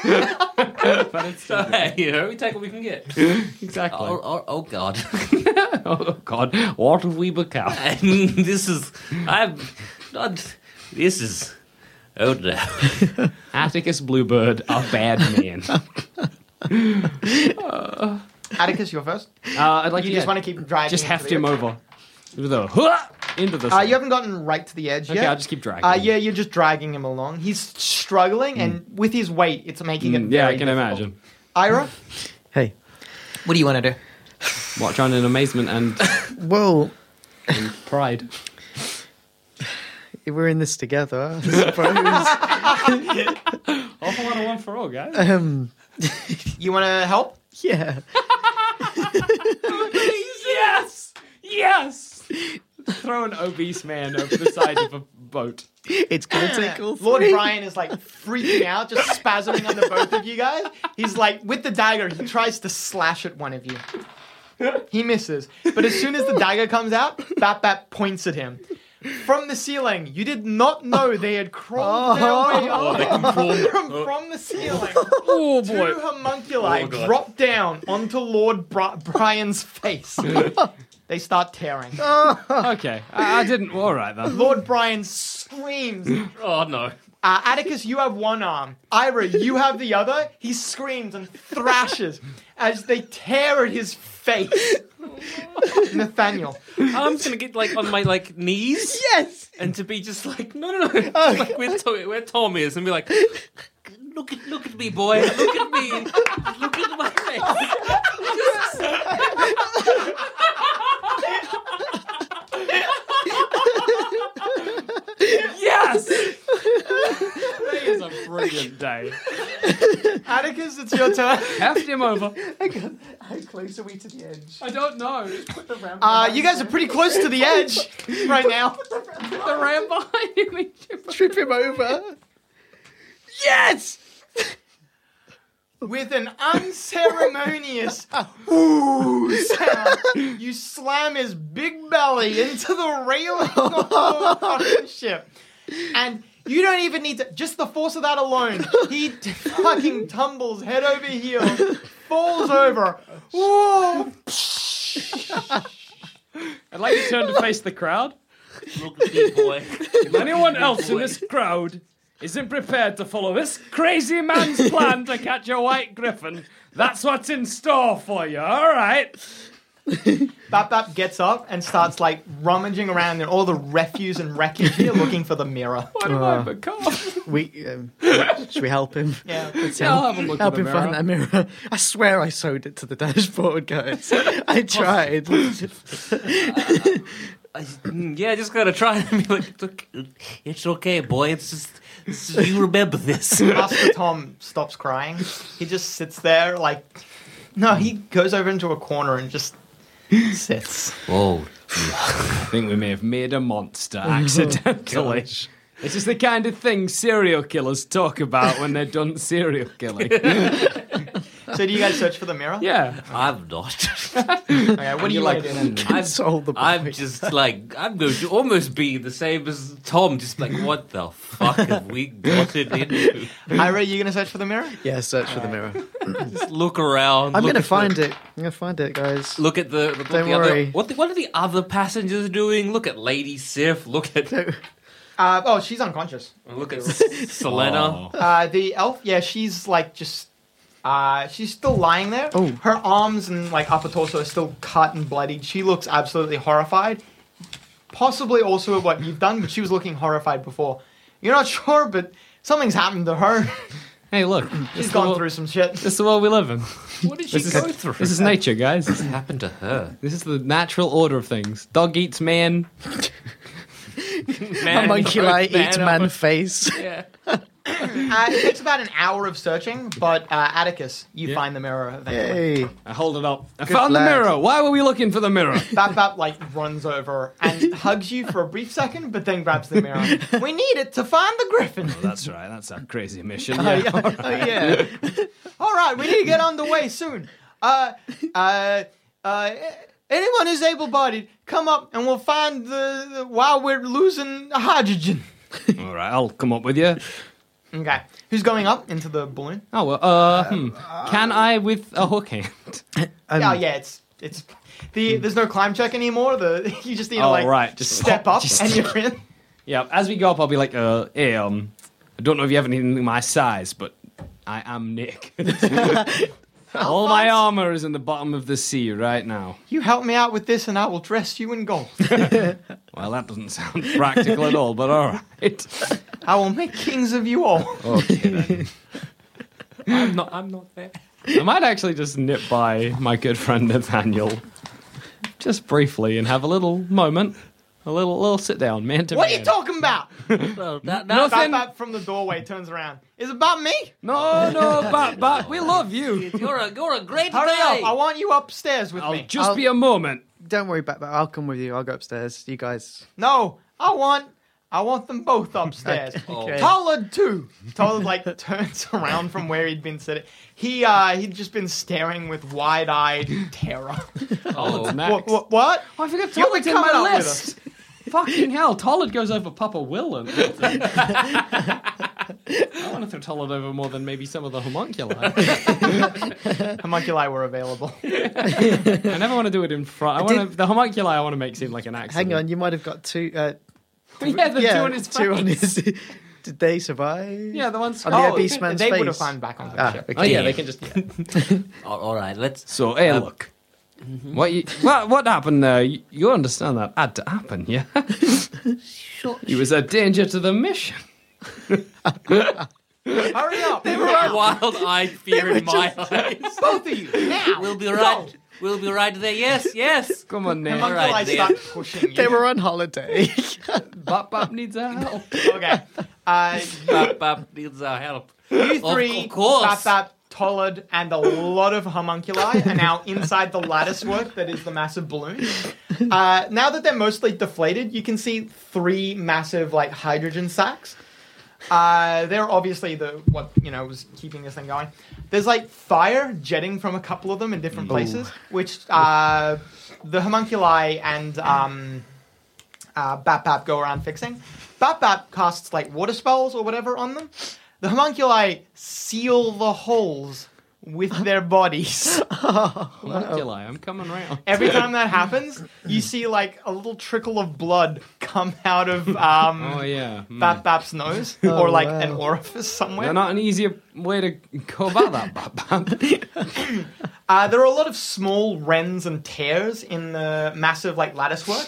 *laughs* but it's
So, hey, you know, we take what we can get.
*laughs* exactly.
Oh, oh, oh God. *laughs*
Oh, *laughs* God, what have we become?
this is. I'm not. This is. Oh no.
Atticus Bluebird, a bad man. *laughs* uh,
Atticus, you're first.
I'd like
You
to
just
yeah,
want to keep driving.
just
into
heft
the
him
edge.
over with a "Hua!" *laughs* into the.
Uh,
sea.
you haven't gotten right to the edge
okay,
yet.
I'll just keep dragging.
Uh, yeah, you're just dragging him along. He's struggling, and with his weight, it's making it.
Mm, yeah,
very
I can
difficult.
imagine.
Ira,
Hey.
what do you want to do?
Watch on in amazement and
Well,
*laughs* pride.
we're in this together, I
Awful one on one for all, guys. *laughs*
suppose. um,
You want to help?
*laughs* yeah.
yes! *laughs* Yes! Throw an obese man over the side of a boat.
It's gonna take all
Lord
three.
Brian is like freaking out, just spasming on the both of you guys. He's like with the dagger, he tries to slash at one of you. He misses, but as soon as the dagger comes out, Bat Bat points at him. From the ceiling, you did not know they had crawled their way up *laughs* from, from the ceiling.
Oh
Two homunculi drop down onto Lord Bri- Brian's face. they start tearing.
Okay, I, I didn't. All right then.
Lord Brian screams
Oh no.
Uh, Atticus, you have one arm. Ira, you have the other. He screams and thrashes as they tear at his face. Nathaniel,
I'm just gonna get like on my like knees
Yes. Oh,
and to be just like no no no just, like where Tom, where Tom is and be like look at look at me boy look at me look at my *laughs* face.
brilliant day.
Atticus, it's your turn.
Heft him over.
How close are we to the edge?
I don't know.
Uh, you guys are pretty close to the edge right now.
The ram behind you.
Trip him over.
Yes! With an unceremonious ooh sound, you slam his big belly into the railing of the fucking ship. And you don't even need to, just the force of that alone, he t- fucking tumbles head over heels, falls over. Whoa!
I'd like to turn to face the *laughs* crowd.
Look, big boy.
Anyone else in this crowd isn't prepared to follow this crazy *laughs* man's plan to catch a white griffin. That's what's in store for you, alright?
Bap Bap gets up and starts like rummaging around in all the refuse and wreckage here looking for the mirror.
What have
Uh,
I become?
We um, should we help him?
Yeah.
I'll have a look
Help
in
him
the
find that mirror. I swear I sewed it to the dashboard, guys. I tried.
yeah, I just gotta try *laughs* and be like, it's okay, it's okay boy. It's just, it's just- you remember this.
Master Tom stops crying. He just sits there like No, he goes over into a corner and just sits.
Whoa.
I think we may have made a *laughs* monster accidentally. This is the kind of thing serial killers talk about when they're done serial *laughs* killing.
So do you guys search for the mirror?
yeah.
I'm
*laughs*
not.
Okay, what do you like? doing?
I'm,
Console the boy.
I'm just like, I'm going to almost be the same as Tom, just like, what the fuck have we gotten
*laughs*
into?
Ira, you gonna search for the mirror?
yeah, search for the mirror.
Just look around.
I'm
look
gonna
at
find it. I'm gonna find it, guys.
The, look at the. What
Don't
the
worry.
Other, what, the, what are the other passengers doing? Look at Lady Sif. Look
*laughs*
at
Uh, oh, she's unconscious.
look at S- Selena.
Uh, the elf, yeah, she's like just. Uh, she's still lying there.
Oh.
Her arms and like upper torso are still cut and bloodied. She looks absolutely horrified. Possibly also at what you've done, but she was looking horrified before. You're not sure, but something's happened to her. *laughs*
Hey, look.
she's gone through some shit.
This is the world we live in.
What did she
This is,
go through?
this is nature, guys.
what happened to her?
This is the natural order of things. Dog eats man.
A monkey lie eats
up.
man face.
Uh, it takes about an hour of searching, but uh, Atticus, you find the mirror eventually.
Hey,
I hold it up. I found
lad.
the mirror. Why were we looking for the mirror?
Bap Bap like runs over and hugs you for a brief second, but then grabs the mirror. we need it to find the griffin.
*laughs* *laughs* That's right. That's our crazy mission.
Oh yeah. All right, we need to get underway soon. Uh, uh, uh, anyone who's able-bodied, come up and we'll find the, the while we're losing hydrogen.
All right, I'll come up with you.
Okay, who's going up into the balloon?
Oh well. Uh, hmm. Can I with a hook hand?
oh yeah, it's it's the there's no climb check anymore. The *laughs* you just need to
Oh,
like
right, just
step
hop-
up
just-
and you're in.
yeah. As we go up, I'll be like, uh, hey, um, I don't know if you have anything my size, but I am
*laughs*
Nick. All my armor is in the bottom of the sea right now.
You help me out with this, and I will dress you in gold. *laughs*
Well, that doesn't sound *laughs* practical at all, but all right.
I will make kings of you
*laughs*
all.
Oh,
I'm not. I'm not there.
I might actually just nip by my good friend Nathaniel, just briefly, and have a little moment, a little little sit down, man to
What are
man.
you
*laughs*
talking about?
Well, that, that,
Bap
Nothing.
Bap from the doorway turns around. Is it about me?
No, no, but but we love you.
you're a you're a great
Hurry
guy.
up! I want you upstairs with
I'll
me.
just be a moment.
don't worry, Bat. Bat, I'll come with you. I'll go upstairs. You guys.
No, I want I want them both upstairs.
*laughs*
Okay.
Tollard too. Tollard like *laughs* turns around from where he'd been sitting. He uh he'd just been staring with wide-eyed terror.
Tollard's next.
what, what? What?
Oh, I forgot
You'll be
Tollard's in my
coming up with
list. *laughs* Fucking hell, Tollard goes over Papa Will. And I want to throw Tollard over more than maybe some of the homunculi.
Homunculi were available.
I never want to do it in front. I want to, the homunculi I want to make seem like an accident.
Hang on, you might have got two. Uh,
*laughs* yeah, the
yeah,
two on his face.
two on his. *laughs* Did they survive?
*laughs* Yeah, Oh, the ones.
On the obese
they-
man's
they would have
face.
climbed back onto the
Ah,
ship.
okay. Uh,
Oh yeah, they can just.
All- all right, let's.
So, hey, look. What, you, what what happened there? You, you understand that had to happen, yeah?
Sure.
He was a danger to the mission.
*laughs* Hurry up!
Wild-eyed fear in my eyes.
both of you now.
We'll be right. We'll be right there. *laughs* Yes, yes.
Come on, Nick.
All
Homunculi
right,
start pushing you.
They were on holiday. *laughs*
Bop Bop needs our help.
okay. Uh,
Bap Bap needs our help.
you
Of
three,
course.
Bap Bap, Tollard, and a lot of homunculi are now inside the lattice work that is the massive balloon. Uh, now that they're mostly deflated, you can see three massive like hydrogen sacks. Uh, they're obviously the what you know was keeping this thing going. There's like fire jetting from a couple of them in different places, which uh, the homunculi and um, uh, Bap Bap go around fixing. Bap Bap casts like water spells or whatever on them. The homunculi seal the holes with their bodies.
Homunculi, I'm coming round.
Every time that happens, you see like a little trickle of blood come out of um,
Oh yeah, Mm.
Bap Bap's nose or like an
wow.
orifice somewhere.
They're not an easier way to go about that.
*laughs*
Bap Bap.
Uh, there are a lot of small rends and tears in the massive like lattice work,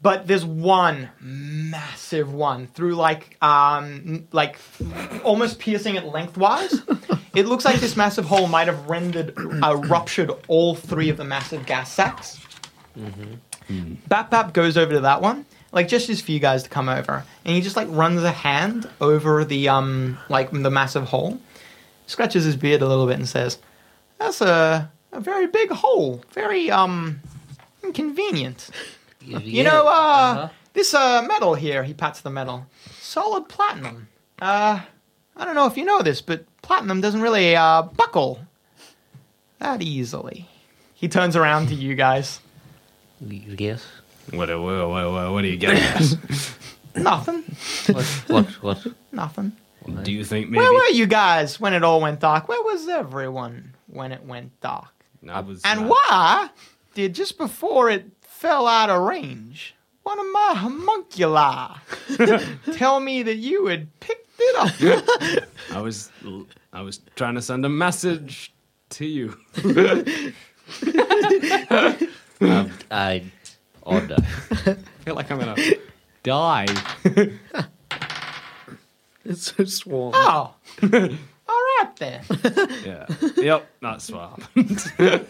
but there's one massive one through like um like almost piercing it lengthwise. it looks like this massive hole might have rendered uh, ruptured all three of the massive gas sacs. Bap Bap goes over to that one. Like just as for you guys to come over, and he just like runs a hand over the um like the massive hole, scratches his beard a little bit and says, "That's a, a very big hole, very um inconvenient." You know, uh, this uh metal here. He pats the metal. Solid platinum. Uh, I don't know if you know this, but platinum doesn't really uh buckle that easily. He turns around to you guys.
Yes.
What, what, what, what, what are you getting at?
Nothing.
What? What? What?
Nothing.
Do you think maybe
Where were you guys when it all went dark? Where was everyone when it went dark?
I was,
And
uh,
why did just before it fell out of range, one of my homunculi tell me that you had picked it up?
I was I was trying to send a message to you. *laughs*
I order.
I feel like I'm gonna die.
*laughs* It's so swarm.
oh, all right then. *laughs*
Yeah. Yep. That's what happened. *laughs*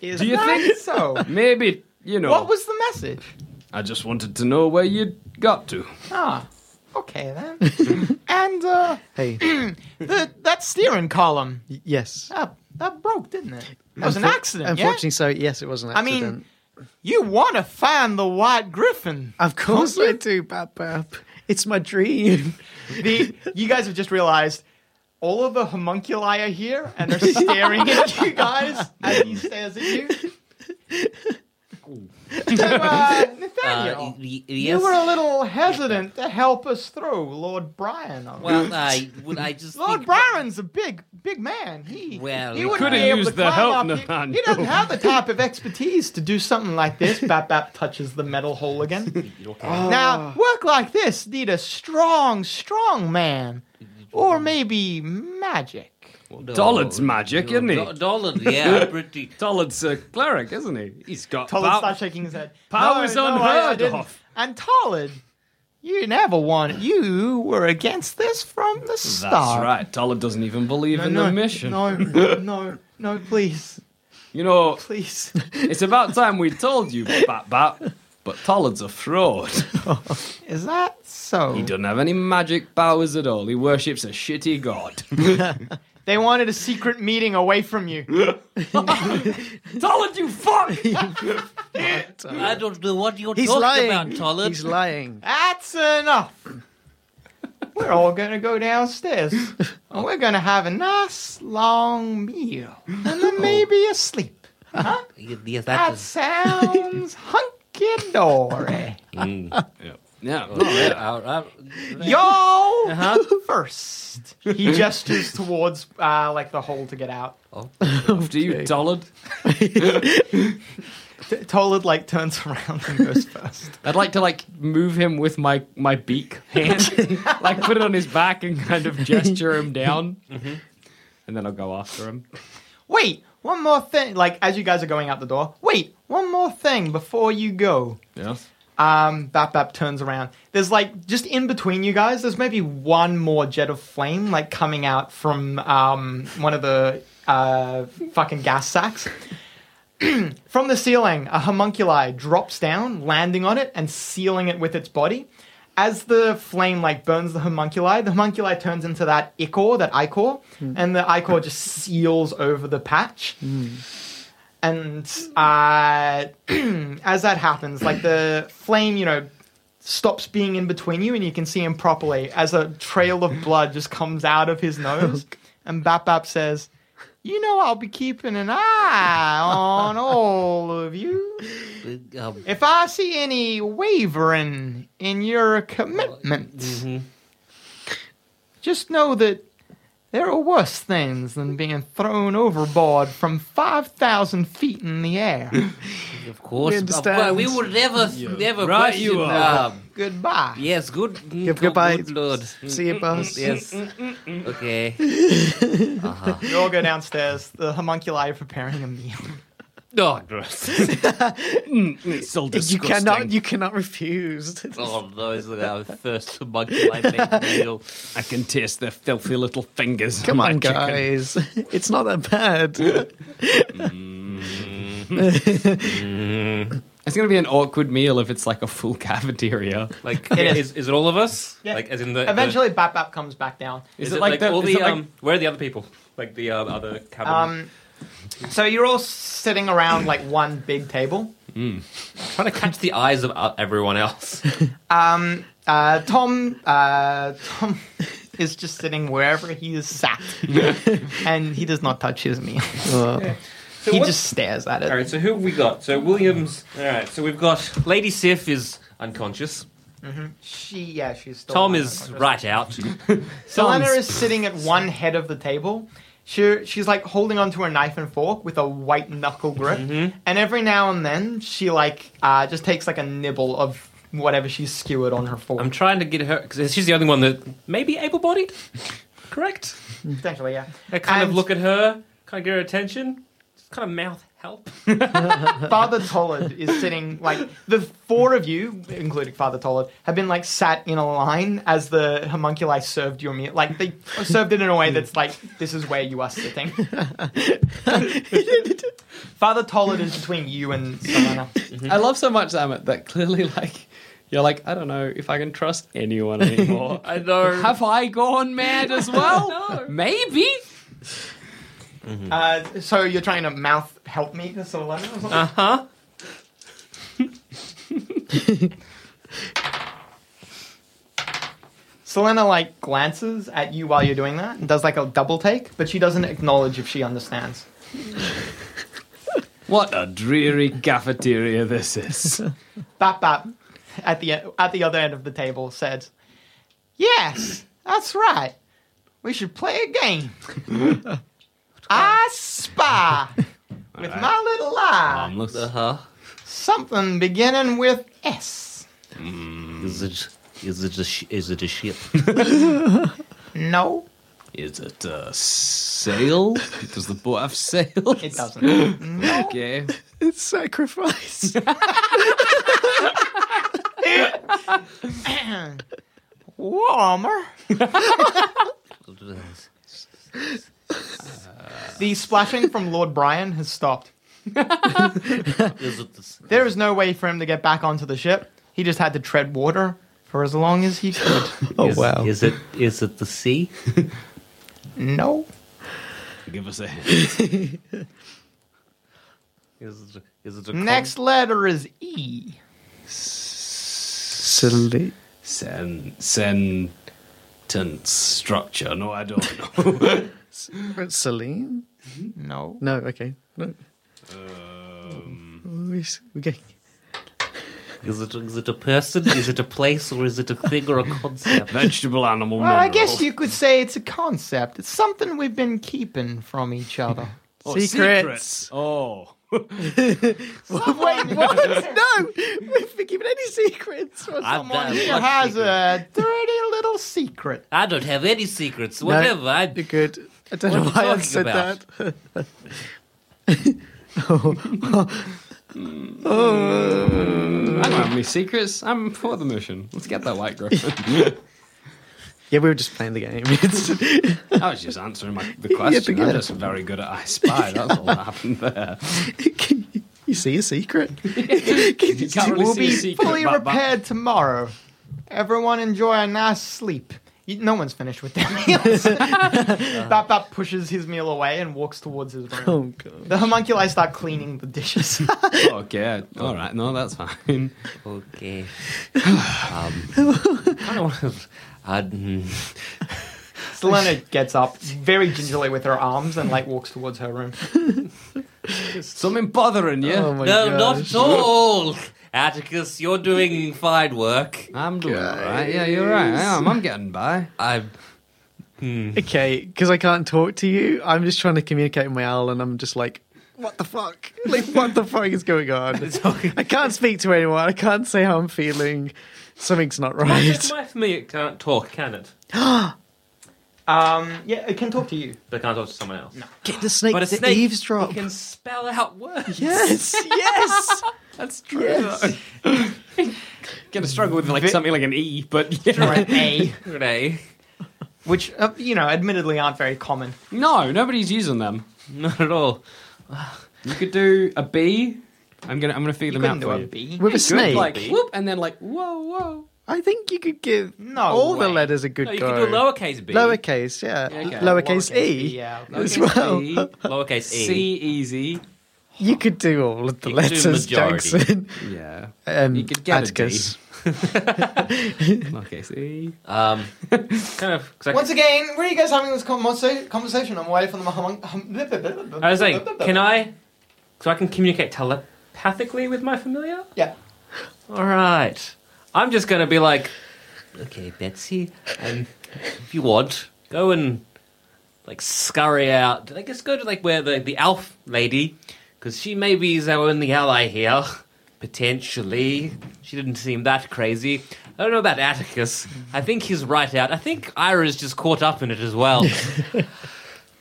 Is
Do you
that
think-
so?
Maybe you know.
What was the message?
I just wanted to know where you got to.
Ah, okay then. and uh,
Hey,
the, that steering column,
y- yes.
that, that broke, didn't it? That was an
Unfor-
accident. yeah?
Unfortunately, so yes, it was an
I
accident.
mean, You want to find the White Griffin.
of course
don't you?
I do, Bap Bap. It's my dream.
The, you guys have just realized all of the homunculi are here and they're staring at you guys as he stares at you. So, uh, Nathaniel,
Uh, y-
you
yes.
were a little hesitant to help us through, Lord Brian. *laughs*
Well, uh, I would. I just.
Lord
think-
Byron's a big, big man. He,
Well,
he
he
wouldn't
could've
be able
used
to
the
climb
help,
up. He-
Nathan.
He, doesn't have the type
*laughs*
of expertise to do something like this. Bap Bap touches the metal
*laughs*
hole again. Now, work like this need a strong, strong man, or maybe magic.
No,
Dollard's magic, isn't he?
Do- Dollard, yeah, pretty.
Tollard's a cleric, isn't he? He's got
Tollard
pow-
starts shaking his head.
powers
no, no, I- I
unheard
didn't."
of.
And Tollard, you never wanted. You were against this from the start.
That's right. Tollard doesn't even believe in the mission.
no, no, no, please,
You know, *laughs*
please.
it's about time we told you, Bat Bat. But Tollard's a fraud.
Is that so?
Oh.
He doesn't have any magic powers at all. He worships a shitty god.
They wanted a secret meeting away from you.
Tollard, you fuck!
*laughs*
I don't know what you're
He's
talking
lying.
about, Tollard.
He's lying.
That's enough. We're all gonna go downstairs. And we're gonna have a nice long meal. And then maybe a sleep.
Yes, that
That
is.
sounds hunky dory.
Yeah, no,
Oh,
yeah.
Our- our-
Y'all first. He gestures towards uh, like the hole to get out.
After you, Tollard.
Tollard like turns around and goes first.
I'd like to like move him with my my beak
*laughs*
hand, like put it on his back and kind of gesture him down,
Mm-hmm.
and then I'll go after him.
Wait, one more thing. Like as you guys are going out the door. Wait, one more thing before you go.
Yes.
Um, Bap Bap turns around. There's like just in between you guys. There's maybe one more jet of flame like coming out from um, one of the uh, fucking gas sacks. *clears throat* from the ceiling, a homunculi drops down, landing on it and sealing it with its body. as the flame like burns the homunculi, the homunculi turns into that ichor, that ichor, and the ichor just seals over the patch. And uh, *clears throat* as that happens, like the flame, you know, stops being in between you, and you can see him properly as a trail of blood just comes out of his nose. And Bap Bap says, "You know, I'll be keeping an eye on all of you."
Um,
If I see any wavering in your commitment,
Mm-hmm.
just know that there are worse things than being thrown overboard from 5,000 feet in the air.
of course.
We
Uh, well, we
understand.
would never, never
Right
question.
you are.
*coughs* um,
Goodbye.
yes, good. mm,
Yep, goodbye.
Good lord. Mm,
See you, boss.
Yes. mm, Okay. *laughs*
You all go downstairs. The homunculi are preparing
*laughs*
a meal.
Oh, gross. Mm, it's so
You
disgusting.
cannot, you cannot refuse.
Oh, those are our first monkey I met meal.
I can taste their filthy little fingers.
Come
my
on,
chicken.
guys. *laughs* It's not that *laughs* bad.
It's gonna be an awkward meal if it's like a full *laughs* cafeteria.
Like,
It
is,
is.
is it all of us?
Yeah.
Like, as in the the-
Eventually, Bap Bap comes back down.
Is,
Is
it
it
like,
like the-
all
is
the
it like-
um? Where are the other people? Like the um, other cabin?
Um, so you're all sitting around like one big table.
trying to catch the eyes of uh, everyone else.
Uh, Tom, uh, Tom *laughs* is just sitting wherever he
*laughs*
is sat, and he does not touch his meal.
Uh.
So
he
what-
just stares at
*laughs*
it.
All right. So who have we got? So Williams. All right. So we've got Lady Sif is unconscious.
She, yeah, she's still.
Tom
not
is
unconscious.
right *laughs* out.
Selena is sitting at one head of the table. She, she's like holding onto a knife and fork with a white knuckle grip,
Mm-hmm.
and every now and then she like uh, just takes like a nibble of whatever she's skewered on her fork.
I'm trying to get her because she's the only one that may be *laughs* able-bodied. Correct.
Potentially, yeah.
I kind of
And-
look at her, kind of get her attention, just kind of mouth help.
*laughs* Father Tollard is sitting like the four of you, including Father Tollard, have been like sat in a line as the homunculi served your meal. Like they served it in a way that's like this is where you are sitting. *laughs* Father Tollard is between you and someone else.
I love so much, Amit, that clearly *laughs* like you're like, I don't know if I can trust
*laughs*
anyone anymore.
I know.
Have I gone mad as well? Maybe.
Uh, so you're trying to mouth help me Uh-huh. to Solana or something?
Huh?
*laughs* Selena like glances at you while you're doing that and does like a double take, but she doesn't acknowledge if she understands.
What a dreary cafeteria this is.
Bap Bap at the at the other end of the table said, "Yes, that's right. We should play a game. I spy with my little eye
Looks-
Uh huh.
something beginning with S.
Is it? Is it a? Sh- is it a ship?
No,
Is it a sail? Does the boat have sails?
it doesn't.
Okay.
it's sacrifice.
Warmer." The splashing from Lord Brian has stopped.
is it? This?
There is no way for him to get back onto the ship. He just had to tread water for as long as he could.
Oh, wow.
Is it? Is it the sea?
No.
Give us a hint.
Is it? Is it a
Next letter is E.
Silly.
Sen- sentence structure. No, I don't know.
Celine?
No.
No, okay. No. We s- we get-
Is it? Is it a person? is it a place, or is it a thing or a *laughs* concept?
Vegetable animal.
Well, I guess you could say it's a concept. It's something we've been keeping from each
*laughs*
other.
secrets.
Oh.
Wait, what?
*laughs* No! We've been given any secrets. What's
I've done
He
one
has
secret.
a dirty little secret.
I don't have any secrets. Whatever.
You're
I,
good. I don't
What
know
are you
why I
talking
said
about?
that.
I don't have any secrets. I'm for the mission. Let's get that white griffin.
Yeah, we were just playing the game. *laughs* It's-
I was just answering my, the question.
get
I'm
it.
just very good at I Spy. That's all that happened there.
Can you- you see a secret?
You can't really
We'll
see a
be
secret,
fully
but- but-
repaired tomorrow. Everyone enjoy a nice sleep. You- No one's finished with their
*laughs*
*laughs* meals. Bap Bap pushes his meal away and walks towards his room.
Oh, God.
The homunculi start cleaning
*laughs*
the dishes.
Okay. All right. No, that's fine.
*sighs* Okay. um, I don't want *laughs* to. I'd, mm,
Selena gets up very gingerly with her arms and like walks towards her room.
Something bothering you?
Oh my
no,
gosh.
not at all. Atticus, you're doing fine work.
I'm doing all right. Yeah, you're right. I am. I'm getting by.
I'm.
Okay, because I can't talk to you. I'm just trying to communicate with my owl, and I'm just like, what the fuck? Like, what the fuck is going on? I can't speak to anyone. I can't say how I'm feeling. Something's not right.
My familiar can't talk, can it?
Um, yeah, it can talk
*laughs*
to you.
They can't talk to someone else.
Get the snake
But a
to
snake
eavesdrop.
can spell out words. *laughs*
*laughs* Yes, yes.
That's true. Gonna struggle with like
Vi-
something like an E, but yeah.
Or an A,
Today.
which uh, you know, admittedly aren't very common.
*laughs* no, nobody's using them.
*laughs* Not at all.
You could do a B. I'm gonna I'm gonna figure
You
them out
couldn't do
for
a
you.
B.
With a
Good,
snake,
like whoop, and then like whoa, whoa.
I think you could
*laughs*
give
No
all the
way.
letters a good
No, you
go.
can do a lowercase b.
Lowercase, yeah,
okay.
lowercase, e.
B, Yeah. okay.
As well.
E,
Lowercase e.
C easy.
You could do all of the
You could do
letters,
majority.
Jackson.
Yeah.
Um,
You could get a D.
Atticus.
*laughs* Lowercase E.
Um, kind of. 'cause I-
Once again, where are you guys having this conversa- conversation? I'm away from the hum- hum-
I was saying, can I? So I can communicate telepathically with my familiar.
Yeah.
All right. I'm just gonna be like, okay, Betsy, um, if you want, go and like scurry out. I guess go to like where the the elf lady, because she maybe is our only ally here. Potentially, she didn't seem that crazy. I don't know about Atticus. I think he's right out. I think Ira's just caught up in it as *laughs* well.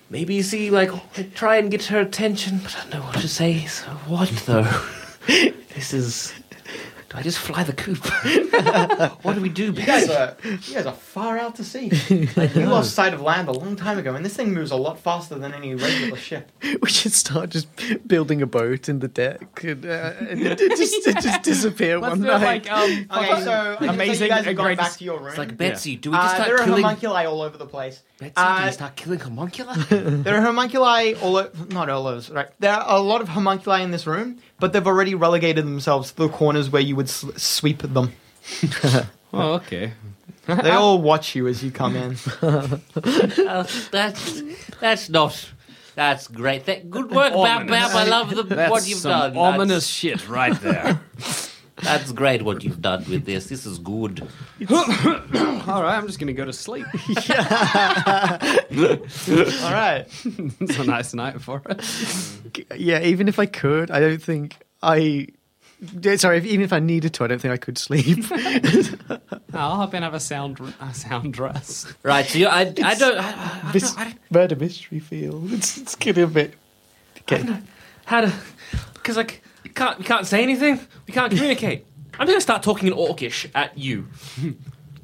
Maybe you see, like, try and get her attention, but I don't know what to say. So what though? this is. Do I just fly the coop? *laughs* what do we do?
You guys are Uh, you guys are far out to *laughs* sea. Like, you lost sight of land a long time ago, and this thing moves a lot faster than any regular *laughs* ship.
We should start just building a boat in the deck and, uh, and it just it just disappear
Let's
one
do it
night.
like um.
Okay, so amazing.
Amazing
you guys have
and
gone back
greatest-
to your room.
It's like Betsy. Do we just
uh, there
start
are
killing?
homunculi all over the place.
Betsy, do
Uh,
we start killing
*laughs*
homuncula?
there are homunculi all o- not all over, right? There are a lot of homunculi in this room, but they've already relegated themselves to the corners where you would s-
*laughs*
sweep them.
Oh, okay.
They all watch you as you
*laughs*
come in.
Uh, that's that's not. That's great. That, good work, Bab Bab. I love the,
That's
what you've
some
done. That's-
ominous shit right
*laughs*
there. *laughs*
That's great what you've done with this. This is good.
All right, I'm just gonna go to sleep. *laughs*
all right.
it's a nice night for us.
yeah, even if I could, I don't think I. yeah, Sorry, if, even if I needed to, I don't think I could sleep. *laughs*
I'll hop in have a sound a sound dress.
Right. So you, I, I don't. I, I,
Mis- murder mystery feel. It's, it's getting a bit. Okay.
how to because like we can't we can't say anything we can't communicate i'm gonna start talking in orcish at you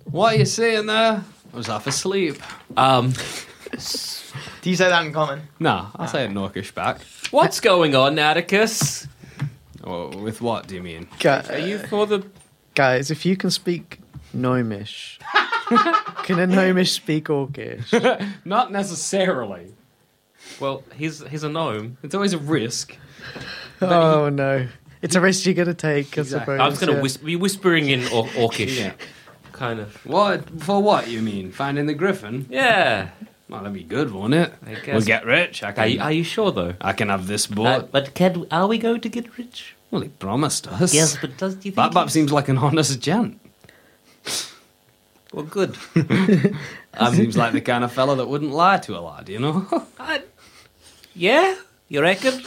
What are you saying there? I was half asleep.
um
Do you say that in common?
Nah, I'll say it in Orcish back.
what's going on atticus
Oh, with what do you mean?
are
Gu-
you for the
Guys, if you can speak gnomish, can a gnomish speak orcish?
Not necessarily.
well he's he's a gnome
It's always a risk.
Oh no, it's a risk you're gonna take, I
Exactly.
suppose.
i was gonna
yeah.
whis- be whispering in or- orcish kind of
What for? What you mean? Finding the griffin?
yeah
Well, that'd be good, won't it?
I guess.
We'll get rich. I
are
can.
you, are you sure though
I can have this boat.
Uh, but can, are we going to get rich
well, he promised us.
yes but does do you think
Bat Bap seems like an honest
*laughs*
gent.
well good
seems like the kind of fella that wouldn't lie to a lad, you know? *laughs*
I- yeah you reckon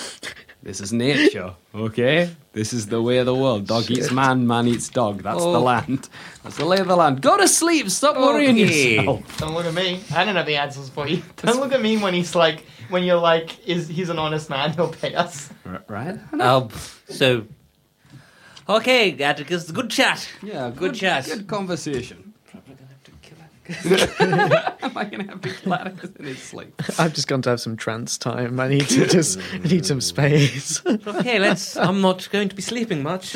this is nature, okay? This is the way of the world. Dog eats man, man eats dog. That's the
Oh.
land. That's the lay of the land. Go to sleep. Stop worrying
Okay.
yourself.
Don't look at me. I don't have the answers for you. *laughs* Don't look at me when he's like, when you're like, is he's an honest man? He'll pay us.
R- Right?
um so okay atticus good chat
Yeah, good,
chat.
Good conversation. *laughs* Am I gonna have to kill Atticus in his sleep?
I've just gone to have some trance time. I need to just I need some space.
Okay, let's. I'm not going to be sleeping much.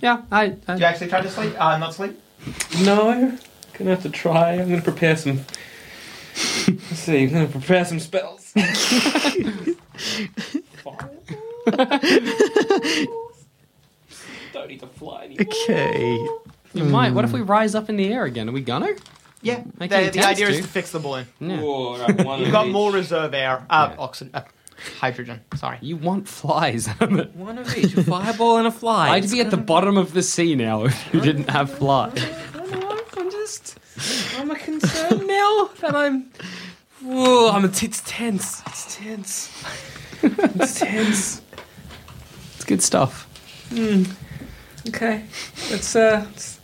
Yeah, I. I
Do you actually try to sleep? Uh, not sleep?
No, gonna have to try. I'm gonna prepare some. Let's see. I'm gonna prepare some spells. Don't need to fly anymore.
Okay.
You might. What if we rise up in the air again? Are we gonna?
Yeah. The,
it
the
intense,
idea is
dude.
to fix the balloon.
Whoa, right, one
You've
of
got
each.
more reserve air. Uh, Oxygen. Uh, hydrogen. Sorry.
You want flies? *laughs*
One of each, a fireball and a fly.
I'd be at the bottom of the sea now if you didn't have flies.
I'm just. I'm a
*laughs*
concern now that I'm. Whoa, I'm. It's tense. It's tense. It's tense.
It's good stuff.
Okay, let's uh. Let's,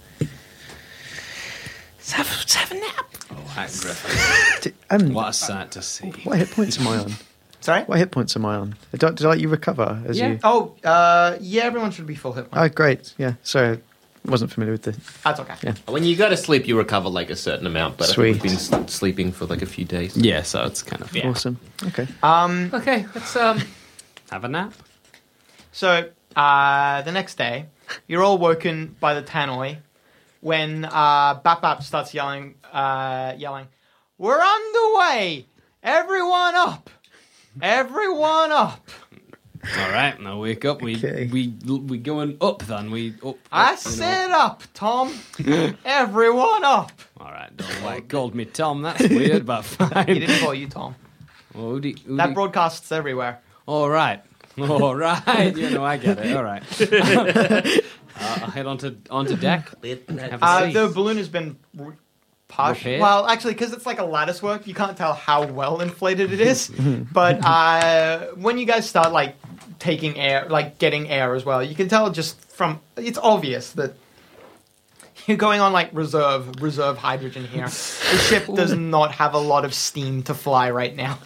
let's have, let's have a nap.
D- Um,
What a sight to see.
what hit points am I on?
Sorry?
What hit points am I on? Did I, did I let you recover as
Yeah.
you?
Oh, uh, yeah, everyone should be full hit point.
Oh, great. Yeah. Sorry, I wasn't familiar with the.
That's okay.
Oh, Yeah.
When you go to sleep, you recover like a certain amount, but
Sweet.
I've been s- sleeping for like a few days.
Yeah, so it's kind of
Awesome. Okay.
Um,
Okay, let's um.
Have a nap.
so, uh, the next day, you're all woken by the tannoy when uh, Bap Bap starts yelling, uh, yelling, We're underway! Everyone up! Everyone up!
All right, now wake up. We
Okay.
we we going up then. We up.
I
up, you know.
said up, Tom! Everyone up!
All right, don't like called me Tom. That's weird, but *laughs*
He
fine.
didn't call you Tom.
Oody, oody.
That broadcasts everywhere.
All *laughs* right, all right. You know, I get it. All *laughs* right. uh, I'll head onto onto deck.
Um,
Have a
Uh,
seat.
the balloon has been re- partial.
Repaired?
Well, actually, because it's like a lattice work, you can't tell how well inflated it is. *laughs* but uh, when you guys start like taking air, like getting air as well, you can tell just from it's obvious that *laughs* you're going on like reserve reserve hydrogen here. the ship does not have a lot of steam to fly right now.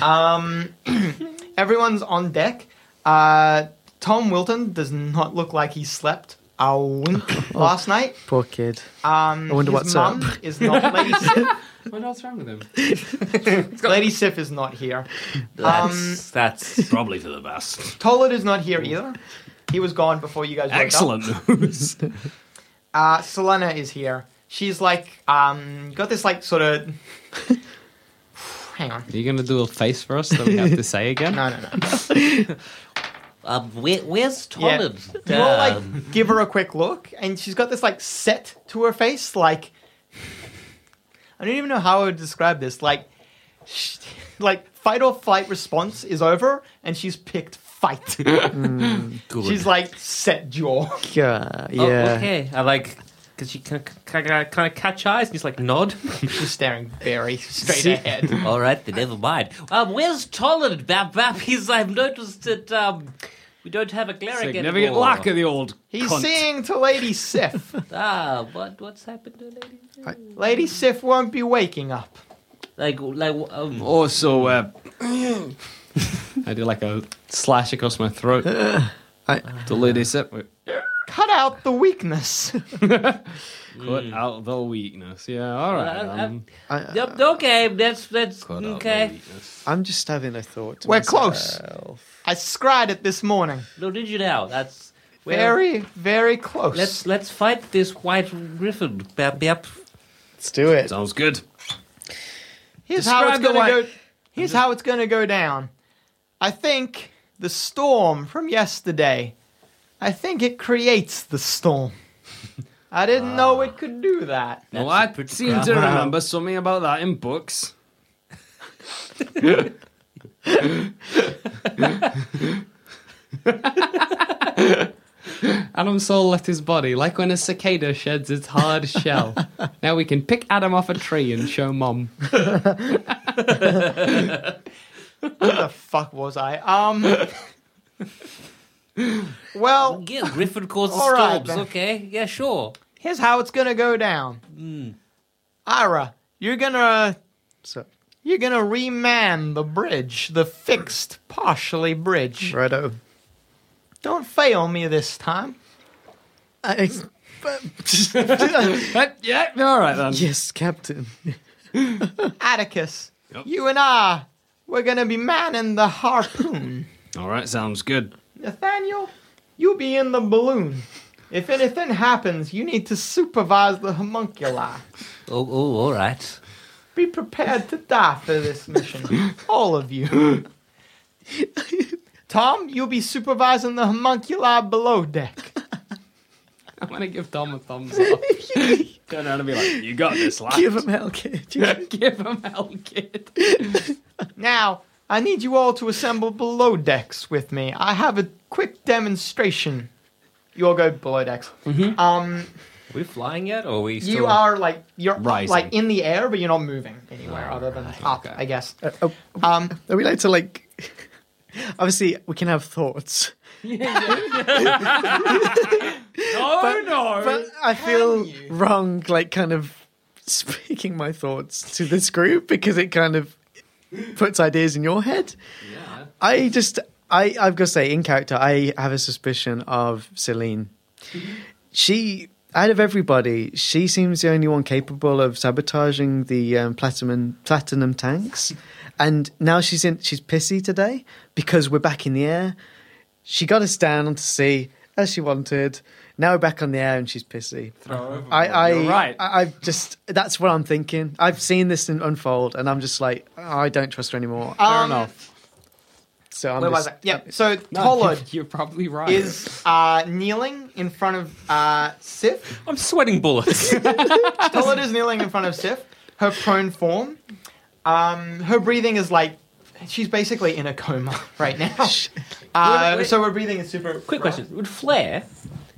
Um, *clears throat* everyone's on deck. Uh, Tom Wilton does not look like he slept a wink last night.
Poor kid.
Um,
I wonder
his
what's
mum
up.
Is
*laughs*
not Lady Sif.
what else wrong with him?
Lady Sif is not here. Um,
That's that's *laughs* probably for the best.
Tollard is not here either. He was gone before you guys. woke up.
Excellent *laughs* news.
Uh, Selena is here. She's like um, got this like sort
*laughs*
of. Hang on.
Are you gonna do a face for us that we have to
*laughs*
say again?
No, no, no.
Uh, where, where's Um,
Yeah.
Todd?
You all like give her a quick look, and she's got this like set to her face. Like I don't even know how I would describe this. Like, sh- like fight or flight response is over, and she's
*laughs*
picked fight.
Mm,
She's like set jaw. *laughs*
Yeah. Yeah.
Oh, okay. I like because you can kind of catch eyes and just like nod.
she's staring very straight ahead.
*laughs* All right, then never mind. Um, where's Toland, Bap Bap? *laughs* He's I've noticed that um, we don't have a cleric
Significant
anymore.
lack of the old.
He's
cunt.
seeing to Lady Sif.
Ah, what what's happened to Lady?
Lady Sif won't be waking up.
Like like um, *laughs*
Also, uh, I do like a slash across
*laughs*
my throat.
I-
the lady said, "Cut
Cut out the weakness.
Mm. out the weakness." Yeah, all
uh,
right.
uh,
um,
I,
yep, okay, that's that's
cut out the
okay.
weakness.
I'm just having a thought. to
We're close.
myself.
I scried it this morning.
No, did you now? That's well,
Very, very close.
Let's let's fight this white griffin, Bap Bap.
Let's do it.
Sounds good.
Here's how it's
Describe the
gonna
way-
go. Here's how it's gonna go down. I think the storm from yesterday. I think it creates the storm. I didn't know it could do that.
Well, I seem to remember something about that in books. Adam's soul left his body, like when a cicada sheds its hard shell. now we can pick Adam off a tree and show mom.
Where the *laughs* fuck was I? Um. well,
Yeah, griffin causes
All right,
storms.
then.
okay, yeah, sure.
here's how it's gonna go down. Ira, you're gonna
So,
you're gonna reman the bridge, the fixed partially bridge.
righto.
Don't fail me this time.
Uh,
yeah, all right *laughs* then.
yes, Captain.
Atticus, you and I, we're gonna be manning the harpoon.
All right, sounds good.
Nathaniel, You'll be in the balloon. If anything happens, you need to supervise the homunculi.
Oh, oh, all right.
Be prepared to die for this mission. All of you. Tom, you'll be supervising the homunculi below deck.
I'm gonna give Tom a thumbs up. Turn around and be like, "You got this, lad."
Give him hell, kid. Just-
Give him hell, kid.
Now, I need you all to assemble below decks with me. I have a quick demonstration. You all go below decks.
Mm-hmm.
Um,
Are we flying yet, or are we still?
you are like you're
Rising.
like in the air, but you're not moving anywhere other than up, I guess.
oh,
Um,
are we like to like? *laughs* Obviously, we can have thoughts.
Oh no!
But I feel wrong, like kind of *laughs* speaking my thoughts to this group because it kind of puts ideas in your head. Yeah. I just, I, I've got to say, in character, I have a suspicion of Celine. She, out of everybody, she seems the only one capable of sabotaging the um, platinum platinum tanks. And now she's in, she's pissy today because we're back in the air. She got us down onto sea as she wanted. Now we're back on the air and she's pissy. I, I,
You're right.
I, I've just that's what I'm thinking. I've seen this in- unfold, and I'm just like, oh, I don't trust her anymore.
um,
so I'm
Where was
just,
I? Yeah. So
No, *laughs*
Tollard
you're probably right.
is uh, kneeling in front of uh, Sif.
I'm sweating bullets. *laughs*
Tollard is kneeling in front of Sif. Her prone form. Um, her breathing is like she's basically in a coma *laughs* right now. Uh,
Wait, wait.
So her breathing is super.
Quick question: Would flare?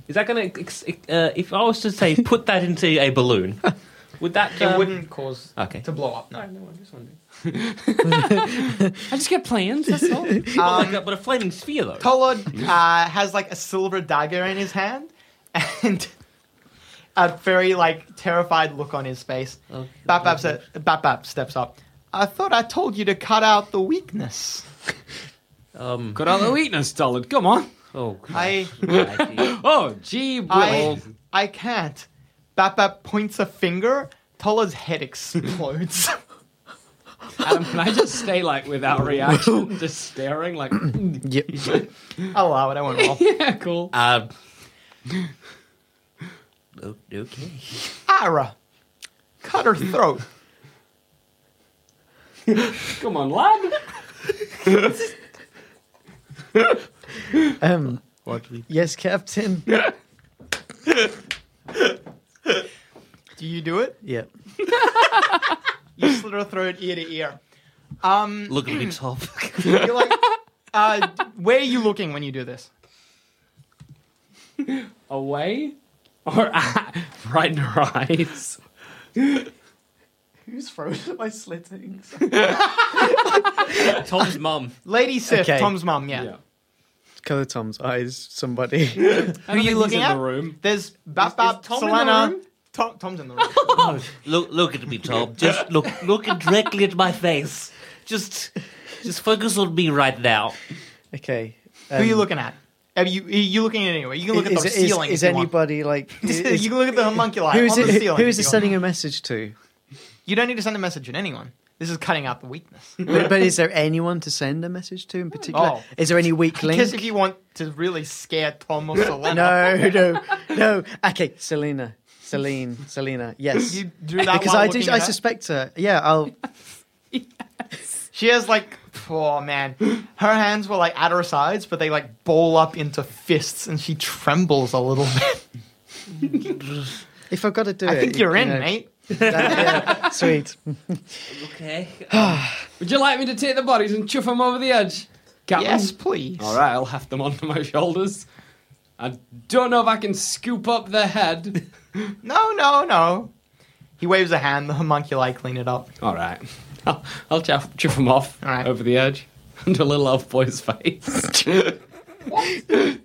Is that going to? Uh, if I was to say, put that into a balloon, would that?
It
um,
wouldn't cause
Okay.
*laughs* to blow up. No.
I just get plans. That's all.
But, like a,
Um,
but a flaming sphere, though.
Tollard uh, has like a silver dagger in his hand and *laughs* a very like terrified look on his face.
Oh,
Bap Bap, se- Bap Bap steps up. I thought I told you to cut out the weakness.
um.
Got all the weakness, Tollard. Come on.
Oh.
I
crikey.
*laughs*
Oh, gee,
I
well.
I can't. Bap Bap points a finger. Tollard's head explodes. *laughs*
Adam, can I just stay like without reaction, just staring like, *clears throat*
uh, Yep.
I'll allow it. I won't
*laughs*
roll.
yeah, cool.
Um. o- Okay.
Ara, cut her throat.
Come on, lad.
um, yes, Captain.
Do you do it?
Yep.
You slit her throat ear to ear. Um,
Look at me, Top.
You're like, uh, where are you looking when you do this?
Away or *laughs* at? right in her eyes.
Who's frozen my
*laughs*
slittings?
Tom's mum.
Lady Sif,
Okay.
Tom's mum, yeah.
Yeah.
Color Tom's eyes.
*laughs*
Somebody.
Who are you looking in
at?
the room?
There's Bap
Is- is
Bap,
Tom in the
Selena.
room?
Tom, Tom's in the room.
Look, look at me, Tom. Just look, look directly at my face. Just, just focus on me right now.
okay.
Who are you
um,
looking at? Are you, are you looking at anyway? You can look
is,
at the
is-
ceiling.
Is,
if you want.
anybody like?
*laughs*
is-
you can look
*laughs*
at the homunculi
who is
on
it?
the
Who,
ceiling.
who is
if you
it
want.
sending a message to?
You don't need to send a message to anyone. This is cutting out the weakness.
But, but is there anyone to send a message to in particular?
Oh.
Is there
*laughs*
any weak link?
Because if
*laughs*
you want to really scare Tom or Selena,
No, no, *laughs* no. Okay, Selena, Celine, Selena. Yes,
You do
*laughs*
that
because
while
I do.
looking
I
at her?
suspect her. Yeah, I'll.
she has like, oh man, her hands were like at her sides, but they like ball up into fists, and she trembles a little
*laughs*
bit.
If I've got to do it,
I think you're
you
in,
know,
mate. *laughs*
that- yeah, sweet.
Okay.
Would you like me to take the bodies and chuff them over the edge? Captain?
Yes, please.
All right, I'll have them onto my shoulders. I don't know if I can scoop up the head.
No, no, no. He waves a hand. The homunculi clean it up.
All right, *laughs* I'll, I'll chuff, chuff them off
All right.
over the edge *laughs* into little elf boy's face. the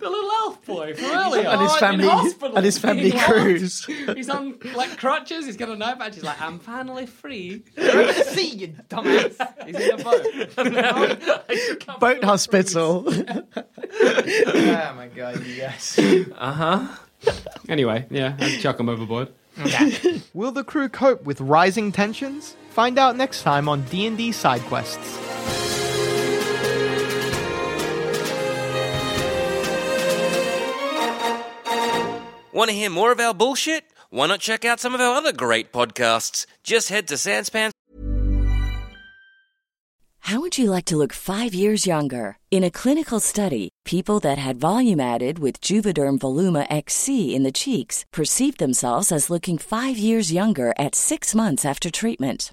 little elf boy from earlier.
and his
Oh, in
family,
hospital.
and his family
What?
cruise.
He's on like crutches. He's got a knife edge. He's like, I'm finally
*laughs*
free.
See you, dumbass.
He's in a boat.
*laughs*
Boat hospital.
oh my god, yes.
Anyway, yeah, I'd chuck him overboard.
Will the crew cope with rising tensions? Find out next time on D&D Side Quests.
Want to hear more of our bullshit? Why not check out some of our other great podcasts? Just head to Sanspans.
How would you like to look five years younger? In a clinical study, people that had volume added with Juvederm Voluma XC in the cheeks perceived themselves as looking five years younger at six months after treatment.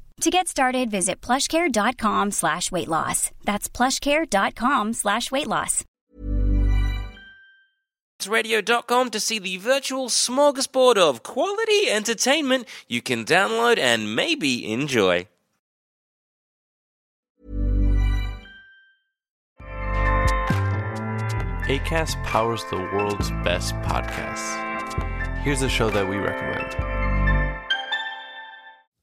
To get started, visit plushcare.com slash weight loss. That's plushcare.com slash weight loss.
radio.com to see the virtual smorgasbord of quality entertainment you can download and maybe enjoy.
ACAST powers the world's best podcasts. Here's a show that we recommend.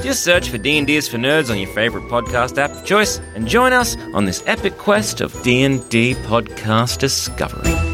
Just search for D&D is for Nerds on your favorite podcast app of choice and join us on this epic quest of D&D podcast discovery.